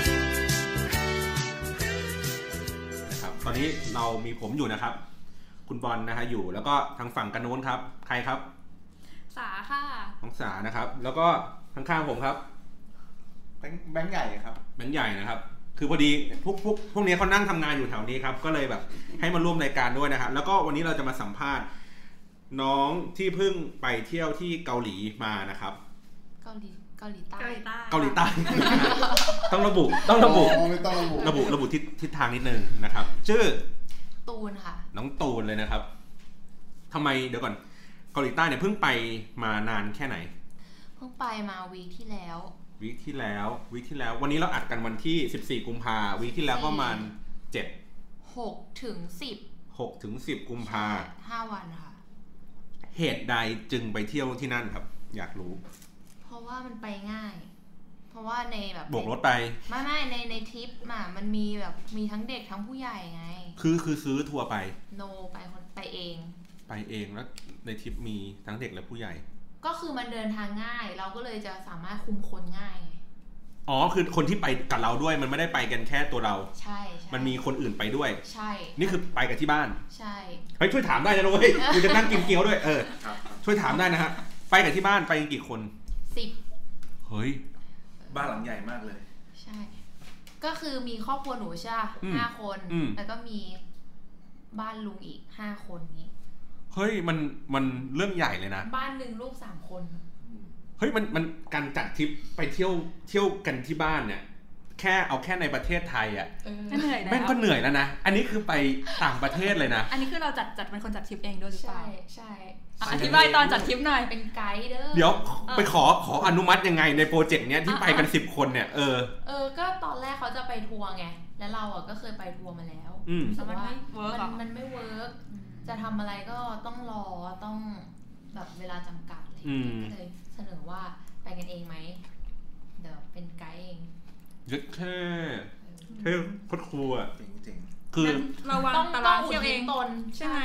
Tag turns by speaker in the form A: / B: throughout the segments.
A: นะครับตอนนี้เรามีผมอยู่นะครับ คุณบอลนะฮะอยู่แล้วก็ทางฝั่งกันโน้นครับ ใครครับ
B: สาค่ะ
A: น้องสานะครับ แล้วก็ข้างๆผมครับ
C: แบงค์แบงค์ใหญ่ครับ
A: แบงค์ใหญ่นะครับ คือพอดีพวกพวกพวกนี้เขานั่งทำงานอยู่แถวนี้ครับ ก็เลยแบบให้มาร่วมรายการด้วยนะครับแล้วก็วันนี้เราจะมาสัมภาษณ์ น้องที่เพิ่งไปเที่ยวที่เกาหลีมานะครับ
D: เกาหลีเกาหลีใต้
B: เกาหลีใต้
A: เกาหลี ใต้ ต้องระบุต้องระบุ
C: ไม่ต้องระบุ
A: ระบุระบุทิศทิศทางนิดนึงนะครับ ชื่อ
D: ตูนค่ะ
A: น้องตูนเลยนะครับทำไมเดี๋ยวก่อน เกาหลีใต้เนี่ยเพิ่งไปมานานแค่ไหน
D: เพิ่งไปมาวีคที่แล้ว
A: วีคที่แล้ว วีคที่แล้ว วันนี้เราอัดกันวันที่ 14 กุมภาวีคที่แล้วก็ประมาณ7
D: 6ถึง10
A: 6ถึง10 กุมภา
D: 5วันค่ะ
A: เหตุใดจึงไปเที่ยวที่นั่นครับ อยากรู้
D: เพราะว่ามันไปง่าย เพราะว่าในแบบ
A: บวกรถไป
D: ไม่ไม่ในในทริปอ่ะมันมีแบบมีทั้งเด็กทั้งผู้ใหญ่ไง
A: คือคือซื้อทัวร์ไป
D: โนไปคนไปเอง
A: ไปเองแล้วในทริปมีทั้งเด็กและผู้ใหญ่
D: ก็คือมันเดินทางง่าย เราก็เลยจะสามารถคุมคนง่ายไง
A: อ๋อคือคนที่ไปกับเราด้วยมันไม่ได้ไปกันแค่ตัวเรา
D: ใช่ใช่
A: มันมีคนอื่นไปด้วย
D: ใช่
A: นี่คือไปกับที่บ้าน
D: ใช่
A: เฮ้ยช่วยถามได้นะเว้ยกูจะนั่งกินเกี๊ยวด้วย เออ
C: ครับ
A: ช่วยถามได้นะฮะ ไปกับที่บ้านไปกันกี่คน
D: สิบ
A: เฮ้ย
C: บ้านหลังใหญ่มากเลย
D: ใช่ ก็คือมีครอบครัวหนูใช่ปะ
A: อืม
D: ห้าคน
A: อืม
D: แล้วก็มีบ้านลุงอีกห้าคนนี้
A: เฮ้ย มัน มันเรื่องใหญ่เลยนะ
D: บ้านหนึ่งลูกสามคน
A: เฮ้ย มัน มัน การจัดทริปไปเที่ยว เที่ยวกันที่บ้านเนี่ย แค่เอาแค่ในประเทศไทยอะ่ะ
B: เหนื่อยแล้ว
A: แม่งก็เหนื่อยแล้วนะ อันนี้คือไปต่างประเทศเลยนะ
B: อันนี้คือเราจัดจัดเป็นคนจัดทริปเองด้วยหรือเป
D: ใช่
B: ล่า
D: ใช่
B: อ่ะอธิบายตอนจัดทริปหน่อย
D: เป็นไกด์เด้อ
A: เดี๋ยวไปขอ ขออนุมัติยังไงในโปรเจกต์เนี้ยที่ไปกันสิบคนเนี่ย เออ
D: เออ ก็ตอนแรกเขาจะไปทัวร์ไง แล้วเราอ่ะก็เคยไปทัวร์มาแล้ว
A: อืม
D: แต่ว่า
B: แต่มันไม่เวิร์กหรอ
D: มันมันไม่เวิร์ก จะทำอะไรก็ต้องรอต้องแบบเวลาจำกัดอะไรอย่างเงี้ย
A: อืม
D: ก็เลยเสนอว่าไปกันเองไหม เดี๋ยวเป็นไกด์เอง
A: เยอะแค่
D: เออ
A: แค่พดครัวอะ
C: จริงจริง
A: คือ
B: งั้นเราวาง
D: ต้อง
B: ตา
D: ต้อ
B: ราง ง
D: อุ
B: เที่ยว
D: ดห
B: เอ
D: นุ
B: ง
D: นตน
B: ใช่ไหม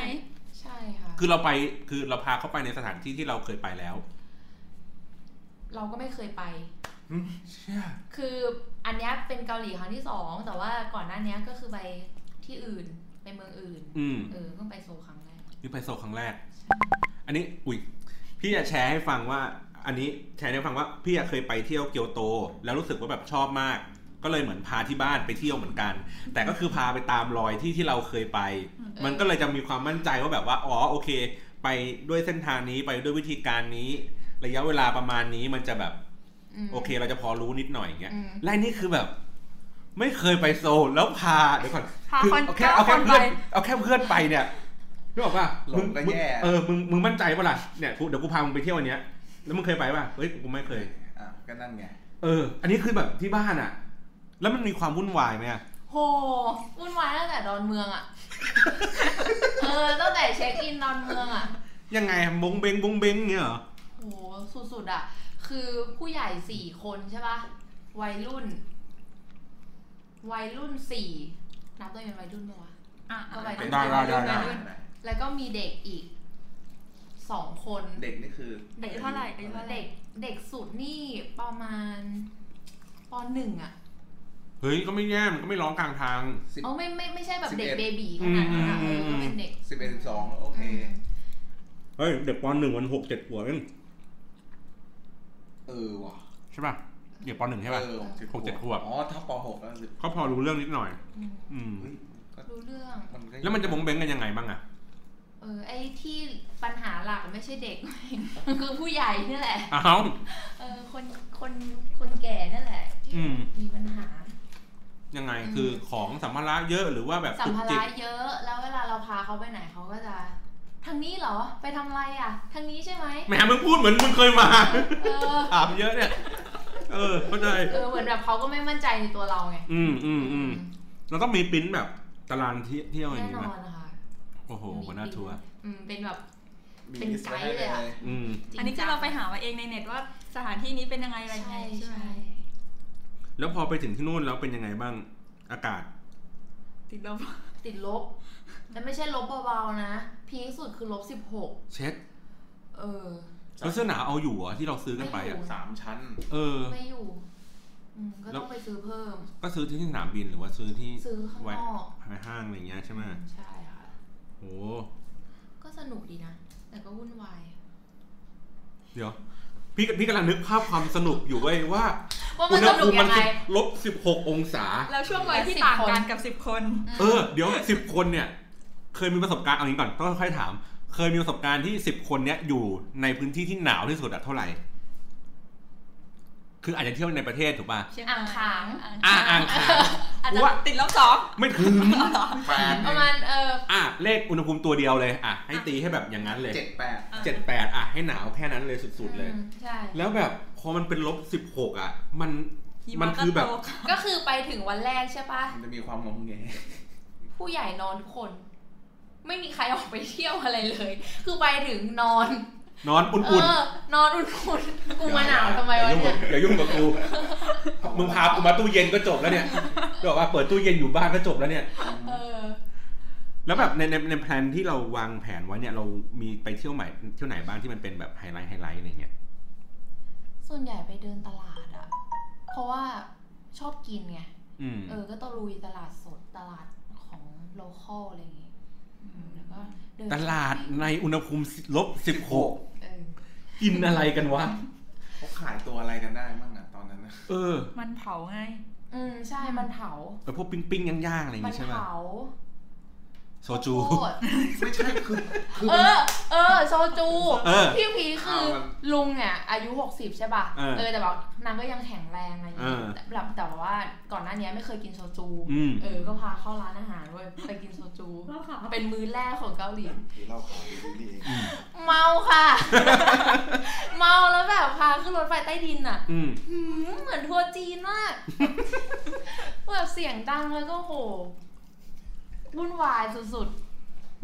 D: ใช่ค่ะ
A: คือเราไป คือเราพาเขาไปในสถานที่ที่เราเคยไปแล้ว
D: เราก็ไม่เคยไป
A: เชี่ย
D: คืออันเนี้ยเป็นเกาหลีครั้งที่สองแต่ว่าก่อนหน้าเนี้ยก็คือไปที่อื่นไปเมืองอื่น
A: อืม
D: เออเพิ่งไปโซลครั้งแรก
A: นี่ไปโซลครั้งแรก อันนี้ อุ้ย พี่จะแชร์ให้ฟังว่า อันนี้แชร์ให้ฟังว่าพี่อะเคยไปเที่ยวเกียวโต แล้วรู้สึกว่าแบบชอบมาก ก็เลยเหมือนพาที่บ้านไปเที่ยวเหมือนกัน แต่ก็คือพาไปตามรอยที่ที่เราเคยไป
B: อืม
A: มันก็เลยจะมีความมั่นใจว่าแบบว่า อ๋อ โอเค ไปด้วยเส้นทางนี้ ไปด้วยวิธีการนี้ ระยะเวลาประมาณนี้ มันจะแบบ
D: ม
A: โอเค เราจะพอรู้นิดหน่อยอย่างเงี้ย
D: อืม
A: และนี่คือแบบ ไม่เคยไปโซลแล้วพา เดี๋ยวก่อน
B: พา
A: คือ
B: คน
A: เอาแค่
B: เก้า
A: เอาแค่
B: คน
A: เพื่อน
B: ไป
A: เอาแค่เพื่อนไปเนี่ยรู้บอกว่า
C: ๆหล
A: มึ
C: งก็
A: มึ
C: แย่
A: เออมึงมึงมั่นใจปะล่ะเนี่ยกูเดี๋ยวกูพามึงไปเที่ยวอันเนี้ยแล้วมึงเคยไปป่ะเฮ้ยกูไม่เคย
C: อ่ะก็นั่นไง
A: เออ อันนี้คือแบบที่บ้านอ่ะ แล้วมันมีความวุ่นวายไหมอะ
D: โหวุ่นวายตั้งแต่ดอนเมืองอะ เออตั้งแต่เช็คอินดอนเมืองอะ
A: ยังไงบงเบงบงเบงเงี้ยเหรอ
D: โหสุดๆอะคือผู้ใหญ่สี่คนใช่ปะวัยรุ่น วัยรุ่นสี่นับตัวเองเป็นวัยรุ่นปะวะ
B: อ่ะ
D: เอาไป
A: ได้ได้ได้
B: ป
A: ได้
B: รุ่น
D: แล้วก็มีเด็กอีกสองคน
C: เด็กนี่คือ
B: เด็กเท่าไหร่เด็กเท่าไหร่
D: เด็กเด็กสุดนี่ประมาณปหนึ่งอะ
A: เฮ้ยก็ไม่แย่มันก็ไม่ร้องกลางทาง
C: สิบ
D: เอาไม่ไม่ไม่ใช่แบบเด็ก
C: 11
D: เบบีขนาดนั้นอะ
A: อื
D: เอ
A: ม
D: อ
A: อืมอืม
D: ก็เป็นเด็ก
C: สิบเอ็ดสิบสองโอเค
D: ม
A: เฮ้ยเด็กปหนึ่งวันหกเจ็ดขวบเอง
C: เออว่ะ
A: ใช่ป่ะเด็กปหนึ่งใช่ป่ะ
C: เออ
A: หกเจ็ดขวบ
C: อ๋อถ้าปหกแล้วสิบ
A: เขาพอรู้เรื่องนิดหน่อย
D: อืม
A: อืม
C: เฮ้ยก็
D: รู้เรื่อง
C: มันก็
A: แล้วมันจะบงเบงกันยังไงบ้างอะ
D: เออ ไอ้ที่ปัญหาหลักไม่ใช่เด็ก มันคือผู้ใหญ่นี่แหละ
A: อ้าว
D: เออ คน คน คนแก่นั่นแหละ
A: อืม
D: ที่มีปัญหา
A: ยังไงคือของสัมภาระเยอะหรือว่าแบบ
D: สัม
A: จุก
D: ภา
A: จิ
D: ระ
A: ก
D: เยอะ แล้วเวลาเราพาเขาไปไหนเขาก็จะ ทางนี้เหรอ ไปทำอะไรอ่ะ ทางนี้ใช่ไหม
A: แหมมึงพูดเหมือนมึงเคยมา
D: เออ
A: ถามเยอะเนี่ย เอ เออเข้าใจ
D: เออเหมือนแบบเขาก็ไม่มั่นใจในตัวเราไง
A: อืมอืมอืมเราต้องมีปริ้นแบบตารางที่เที่ยวอย่าง
D: แน่
A: นี้
D: น
A: ไหม
D: อนนะคะ
A: โอ้โหหัวหน้าทัวร์
D: อืมเป็นแบบ
C: มี
D: เป็น
C: ลิสต์ไว้ให้
D: ไกด์เลยอะ
A: อืม
D: จงจัง
B: อันนี้คือเราไปหามาเองในเน็ตว่าสถานที่นี้เป็นยังไงอะไรยังไง
D: ใช่
B: ใช่ไหม
D: ใช่
A: แล้วพอไปถึงที่นู่นแล้วเป็นยังไงบ้างอากาศ
B: ติดลบ
D: ติดลบแต่ไม่ใช่ลบเบาๆนะ พีคสุดคือลบสิบหก
A: เช็ด
D: เออ
A: แล้วเสื้อหนาวเอาอยู่เหรอที่เราซื้อกันไปอ่ะ
D: ไม่อยู่
C: สามชั้น
A: เออ
D: ไม่อยู่อืมก็
A: แล้
D: ต้
A: ว
D: องไปซื้อเพิ่ม
A: ก็ซื้อที่สนามบินหรือว่าซื้อที่
D: ซื้อข้าง
A: แวะ
D: นอก
A: ห้างอะไรอย่างเงี้ยใช่ไหม
D: ใช่ค่ะ
A: โอ้
D: ก็สนุกดีนะ แต่ก็วุ่นวาย
A: เดี๋ยว พี่พี่กำลังนึกภาพความสนุกอยู่เว้ยว่า
D: ว่ามันสนุกยังไง
A: สิบลบสิบหกองศา
B: แล้วช่วงวัยที่ต่างกันกับสิบคน
A: เออเดี๋ยวสิบคนเนี่ย เคยมีประสบการณ์เอางี้ก่อนต้องค่อยๆถาม เคยมีประสบการณ์ที่สิบคนเนี้ยอยู่ในพื้นที่ที่หนาวที่สุดอะเท่าไหร่ คืออาจจะเที่ยวในประเทศถูกป่ะ
D: อ่างขาง
A: อ่าอ่างขาง
B: อาจ
A: กู
B: จะ
A: ว่า
B: ติดลบสอง
A: ไม่ถึง
C: แปด
D: ประมาณเออ
A: อ่ะเลขอุณหภูมิตัวเดียวเลย อ่ะ ให้ตีให้แบบอย่างนั้นเลย
C: เจ็ดแปด
A: เจ็ดแปดอ่ะ ให้หนาวแค่นั้นเลยสุดๆเลย
D: อืมใช่
A: แล้วแบบพอมันเป็นลบสิบหกอ่ะ มัน
B: หิ
A: มัน
B: มะก็
A: คือแบบ
B: ตก
D: ก็คือไปถึงวันแรกใช่ปะ
C: มันจะมีความงงแง
D: ผู้ใหญ่นอนทุกคน ไม่มีใครออกไปเที่ยวอะไรเลย คือไปถึงนอน
A: นอน
D: เอ
A: อุ่น
D: อ นอนอุ่นๆกูมาหนาวทำ
A: ๆ
D: ไมวะเนี่ย
A: อย่ายุ่งกับกูมึงพากูมาตู้เย็นก็จบแล้วเนี่ยเดี๋ยวว่าเปิดตู้เย็นอยู่บ้านก็จบแล้วเนี่ย
D: เออ
A: แล้วแบบในในในแผนที่เราวางแผนไว้เนี่ยเรามีไปเที่ยวใหม่เที่ยวไหนบ้างที่มันเป็นแบบไฮไลท์ไฮไลท์อะไรเงี้ย
D: ส่วนใหญ่ไปเดินตลาดอะเพราะว่าชอบกินไง
A: อืม
D: เออ ก็ตะลุยตลาดสด ตลาดของโลคอลอะไรอย่างงี้อืมแล้วก็เดิน
A: ตลาดในอุณหภูมิลบสิบหก
D: เออ
A: กินอะไรกันวะ
C: เขาขายตัวอะไรกันได้บ้างอะตอนนั้นนะ
A: เออ
B: มันเผาไง
D: อืม ใช่ มันเผา
A: เออพวกปิ้งปิ้งๆย่างๆอะไรอย่าง
D: มัน
A: งี้ใช่ไหม
D: เผา
A: โซจู
D: โคต ร
C: ไม่ใช่คือคือ
D: เออ เออ โซจู
A: เออ
D: พี่พีคืออา
C: มัน
D: ลุงเนี่ย อายุ 60 ใช่ป่ะ
A: เออ
D: เออ แต่แบบนางก็ยังแข็งแรงอะไรอย่างเงี้ย
A: เออ
D: แต่แบบแต่ว่าก่อนหน้านี้ไม่เคยกินโซจู
A: อืม
D: เออ ก็พาเข้าร้านอาหารเว้ยไปกินโซจู
B: เล่าข่าว
D: เป็นมื้อแรกของเกาหลี
C: หรือเราขายอยู่นี่เอง
D: เมาค่ะ เมาแล้วแบบพาขึ้นรถไฟใต้ดินอ่ะ
A: อืม
D: หืมเหมือนทัวร์จีนมาก แบบเสียงดังแล้วก็โหวุ่นวายสุด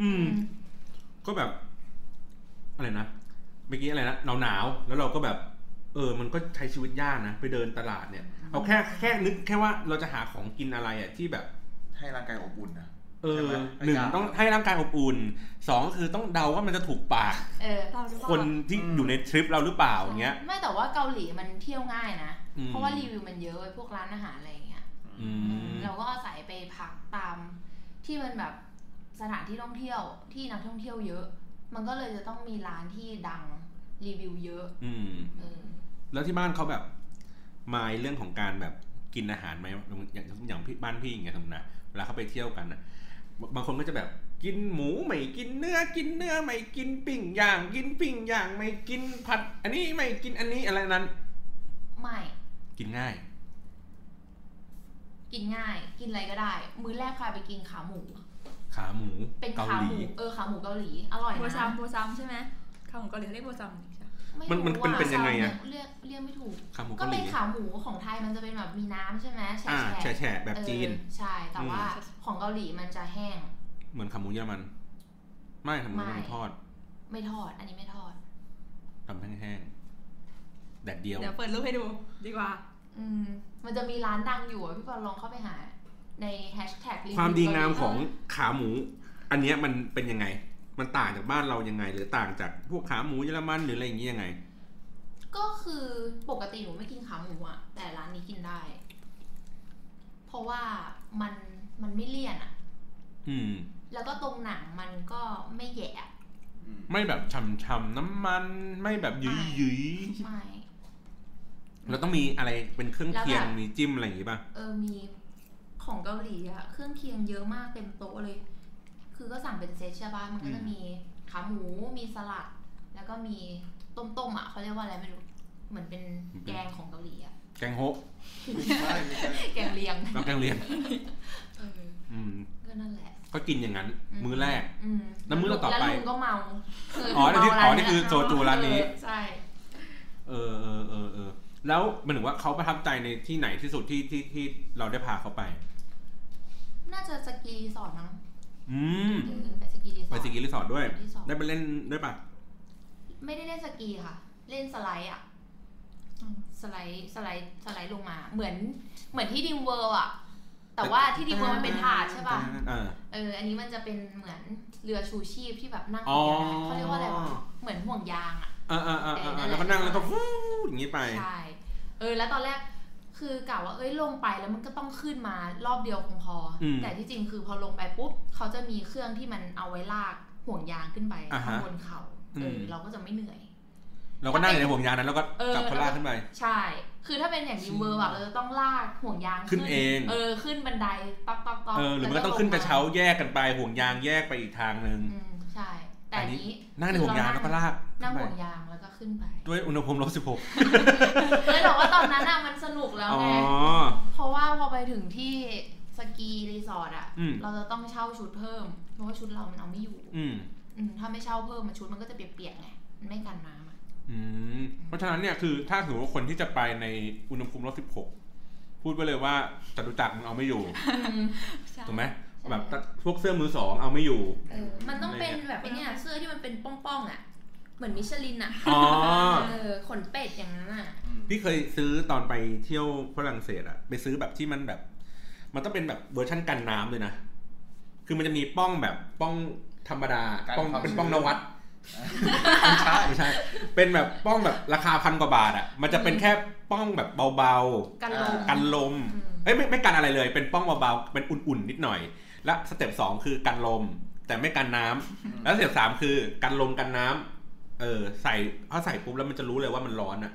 A: อื
D: ๆอื
A: ม
D: ม
A: ก็แบบ อะไรนะ เมื่อกี้อะไรนะหนาวหนาวๆแล้วเราก็แบบ เออ มันก็ใช้ชีวิตยากนะ ไปเดินตลาดเนี่ย เอาแค่แค่นึกแค่ว่าเราจะหาของกินอะไรอ่ะที่แบบ
C: ให้ร่างกายอบอุ่นนะ
A: เออ
C: ใช่ไหม
A: หนึ่งต้องให้ร่างกายอบอุ่นสองก็คือต้องเดาว่ามันจะถูกปาก
D: เออ
B: เราหรือเปล่า
A: คนที่อยู่ในทริปเราหรือเปล่าอย่างเงี้ย
D: ไม่แต่ว่าเกาหลีมันเที่ยวง่ายนะ
A: อืม
D: เพราะว่ารีวิวมันเยอะเว้ยพวกร้านอาหารอะไรอย่างเงี้ย
A: อืม
D: เราก็อาศัยไปพักตาม ที่มันแบบสถานที่ท่องเที่ยวที่นักท่องเที่ยวเยอะ มันก็เลยจะต้องมีร้านที่ดังรีวิวเยอะ
A: อืม
D: เออ
A: แล้วที่บ้านเขาแบบมาเรื่องของการแบบกินอาหารไหมอย่างอย่างพี่บ้านพี่อย่างเงี้ยสมมตินะเวลาเขาไปเที่ยวกันนะบางบางคนก็จะแบบกินหมูไม่กินเนื้อกินเนื้อไม่กินปิ้งย่าง กินปิ้งย่างไม่กินผัด อันนี้ไม่กินอันนี้อะไรนั้น
D: ไม่
A: กินง่าย
D: กินง่าย กินอะไรก็ได้ มื้อแรกพาไปกินขาหมู
A: ขาหมู
D: เป็น
A: เกา
D: ขา
A: ห
D: ห
A: ลี
D: มูเออขาหมูเกาหลีอร่อยนะ
B: โบซัมโบซัมใช่ไหมข้าวของเกาหลีเขาเรียกโบซัมใช่ไหม
D: ไ
A: มันมันเป็น
D: รู้
A: เป็นยังไงอะ
D: เรียกเรียกไม่ถูก
A: ขาหมู
D: ก็
A: เกาห
D: เป็
A: ลี
D: นขาหมูของไทยมันจะเป็นแบบมีน้ำใช่ไหมแฉะ
A: อ่า
D: แฉะ
A: แฉะๆแบบจีน
D: เออใช่แต่
A: อืม
D: ว่าของเกาหลีมันจะแห้ง
A: เหมือนขาหมูเยอรมัน ไม่ขาหมูเยอรมัน
D: ไม่
A: ทอด
D: ไม่ทอด อันนี้ไม่ทอด
A: ทำแห้งๆแดดเดียว
B: เดี๋ยวเปิดรูปให้ดูดีกว่า
D: อืมมันจะมีร้านดังอยู่อะพี่บอลลองเข้าไปหา ในแฮชแท็ก
A: ความดีงามของขาหมู อันเนี้ยมันเป็นยังไง มันต่างจากบ้านเรายังไง หรือต่างจากพวกขาหมูเยอรมันหรืออะไรอย่างเงี้ยยังไง
D: ก็คือปกติหนูไม่กินขาหมูอะแต่ร้านนี้กินได้ เพราะว่ามันมันไม่เลี่ยนอะ
A: อืม
D: แล้วก็ตรงหนังมันก็ไม่แหยะ
A: ไม่แบบช่ำๆน้ำมัน ไม่แบบหยุยหยุย
D: ไม่
A: ๆเราต้องมีอะไรเป็นเครื่องเคียง
D: แล้วแบบ
A: มีจิ้มอะไรอย่างงี้ป่ะ
D: เออ มีของเกาหลีอะเครื่องเคียงเยอะมากเต็มโต๊ะเลย คือก็สั่งเป็นเซตใช่ป่ะ มันก็จะ
A: อืม
D: มีขาหมู มีสลัด แล้วก็มีต้มๆอะเขาเรียกว่าอะไรไม่รู้ เหมือนเป็นแกงของเกาหลีอะ
A: แกงโฮะ
C: ใช่ไม่ใช่
D: แกงเลี ยง
A: แล้วแกงเลียง
D: เออ
A: อืม
D: ก็นั่นแหละ
A: ก็กินอย่างนั้น
D: อืม
A: มื้อแรก
D: อืม
A: แล้วมื้อต่อไป
D: แล้วลุงก็เมา
A: อ๋อนี่คืออ๋
D: เมาร้า
A: อนี่คือโจจูร้านนี้
D: เออใช่
A: เออเออเออเออ แล้วหมันถึงว่าเขาประทับใจในที่ไหนที่สุดที่ที่ที่เราได้พาเขาไป
D: น่าจะสกีรีสอร์ทมั้ง
A: อืม
D: เออไปสกีรีสอร์ท
A: ไปสกีรีสอร์ทด้วย
D: รีสอร์ท
A: ได้ไปเล่นด้วยปะ
D: ไม่ได้เล่นสกีค่ะ เล่นสไลด์อะ
B: อืม
D: สไลด์สไลด์สไลด์ลงมา เหมือนเหมือนที่ดิมเวิร์อะแต่ว่าที่ดิมเวิร์มันเป็นถาดใช่ป่ะ
A: เออ
D: เออ อันนี้มันจะเป็นเหมือนเรือชูชีพที่แบบนั่ง
A: อ๋อ
D: อยู่ในนั้นเขาเรียกว่าอะไรวะ เหมือนห่วงยางอ่ะ
A: เออเออเออเออเออแล้วก็นั่งแล้วก็ฟูอย่างนี้ไป
D: ใช่ เออ แล้วตอนแรกคือกะว่า เอ้ย ลงไปแล้วมันก็ต้องขึ้นมารอบเดียวคงพออ
A: ม
D: แต่ที่จริงคือพอลงไปปุ๊บ เขาจะมีเครื่องที่มันเอาไว้ลากห่วงยางขึ้นไป
A: อ่าฮะ
D: ข้างบนเขาเอออ
A: ม
D: เราก็จะไม่เหนื่อย
A: เราก็นั่งอยู่ในห่วงยางนั้นแล้วก็
D: เออ
A: จับเขาลากขึ้นไป
D: ใช่ คือถ้าเป็นอย่างดิมเวอร์แบบเออต้องลากห่วงยาง
A: ขึ้นเอง
D: เออ ขึ้นบันไดต๊อกต๊อกต๊อก
A: เออหรือมันก็ต้องขึ้นกระเช้าแยกกันไปห่วงยางแยกไปอีกทางหนึ่ง
D: อืมใช่ แต่
A: อั
D: อั
A: น
D: น
A: นี้
D: นี้
A: นั่งในห่วงยางแล้วก็ลาก
D: นั่ง
A: ขึ้นไป
D: ห่วงยางแล้วก็ขึ้นไป
A: ด้วยอุณหภูมิลบสิบหก
D: แล้วแต่ว่าตอนนั้นอะมันสนุกแล้ว
A: อ๋อ
D: ไง เพราะว่าพอไปถึงที่สกีรีสอร์ทอะ
A: อืม
D: เราจะต้องเช่าชุดเพิ่ม เพราะว่าชุดเรามันเอาไม่อยู่
A: อืม
D: อืมถ้าไม่เช่าเพิ่มมันชุดมันก็จะเปียกๆไงมันไม่กันน้ำอะ
A: อืมเพราะฉะนั้นเนี่ยคือถ้าถือว่าคนที่จะไปในอุณหภูมิลบสิบหกพูดไปเลยว่าจตุจักรมึงเอาไม่อยู่
B: ใช่
A: ถูกไหมแบบพวกเสื้อมือสองเอาไม่อยู่
D: เออมันต้องเป็นแบบไอ้เนี่ยเสื้อที่มันเป็นป้องๆอะเหมือนมิชลินอะ
A: อ๋อ
D: เออขนเป็ดอย่างนั้นอะ
C: อืม
A: พี่เคยซื้อตอนไปเที่ยวฝรั่งเศสอะไปซื้อแบบที่มันแบบ มันต้องเป็นแบบเวอร์ชั่นกันน้ำเลยนะ คือมันจะมีป้องแบบป้องธรรมดาป้องเป็นป้องนวัด
C: ไม่ใช่
A: ไม่ใช่ เป็นแบบป้องแบบราคาพันกว่าบาทอะมันจะเป็นแค่ป้องแบบเบา
D: กันลม
A: ๆ กันลม เอ้ยไม่ไม่กันอะไรเลย เป็นป้องเบาๆ เป็นอุ่นๆ นิดหน่อย และสเต็ปสองคือกันลม แต่ไม่กันน้ำ
C: อืม
A: แล้วสเต็ปสามคือกันลมกันน้ำเออใส่พอใส่ปุ๊บแล้วมันจะรู้เลยว่ามันร้อนอะ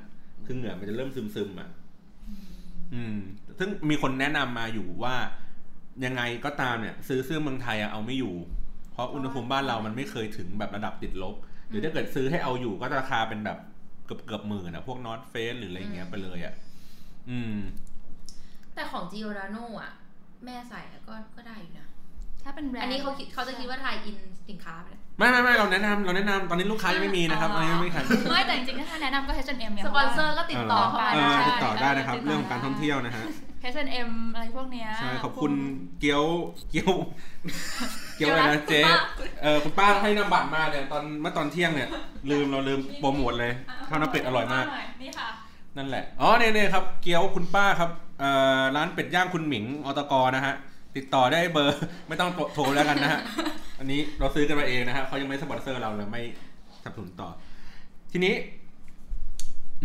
A: คือเหงื่อมันจะเริ่มซึมๆอะอืม ซึ่งมีคนแนะนำมาอยู่ว่ายังไงก็ตามเนี่ย ซื้อเสื้อเมืองไทยอะเอาไม่อยู่ เพราะอุณหภูมิบ้านเรามันไม่เคยถึงแบบระดับติดลบ หรือถ้าเกิดซื้อให้เอาอยู่ก็ราคาเป็นแบบเกือบเกือบๆหมื่นอะพวกนอตเฟสหรืออะไรอย่างเงี้ยไปเลยอะอืม
D: แต่ของจิโอราโนอะแม่ใส่แล้วก็ก็ได้อยู่นะ
B: ถ้าเป็นแบรนด์
D: อั
B: อั
D: น
B: น
D: นี้
B: นี้
D: เขา
B: เขา
D: คิ
B: คิ
D: ด
B: ด
D: เขา
B: เขา
D: จะ
B: จะ
D: คิ
B: คิ
D: ด
B: ดว่า
D: ว่าไทยอินสินค้าไปเลย
A: ไม่ไม่ไม่เราแนะนำเราแนะนำตอนนี้ลูกค้ายังไม่มีนะครับต
D: อ๋
A: อน
D: อ
A: นี้ยังไม่มีใคร
B: ไม่แต่จริงๆถ้าแนะนำก็ H&M
D: สปอนเซอร์ก็ติดต่อเข้ามา
A: เอ
D: ได้
A: อ
B: ใช่
A: ติดต่อได้นะครับ
B: ติดต่อได้
A: เรื่องของการท่องเที่ยวนะฮะ
B: H&M อะไรพวกเนี้ย
A: ใช่ขอบคุณเกี๊ยวเกี๊ยวเกี๊ยวอะไรนะเจ๊เออคุณป้าให้นำบัตรมาเนี่ยตอนเมื่อตอนเที่ยงเนี่ยลืมเราลืมโปรโมทเลยข้าวหน้าเป็ดอร่อยมาก
B: นี่ค่ะ
A: นั่นแหละ อ๋อเนี่ยเนี่ยครับ เกี๊ยวคุณป้าครับเอ่อร้านเป็ดย่างคุณหมิงอตกนะฮะ ติดต่อได้เบอร์ ไม่ต้องโทรแล้วกันนะฮะ อันนี้เราซื้อกันมาเองนะฮะเขายังไม่สปอนเซอร์เราเราไม่สนับสนุนต่อ ทีนี้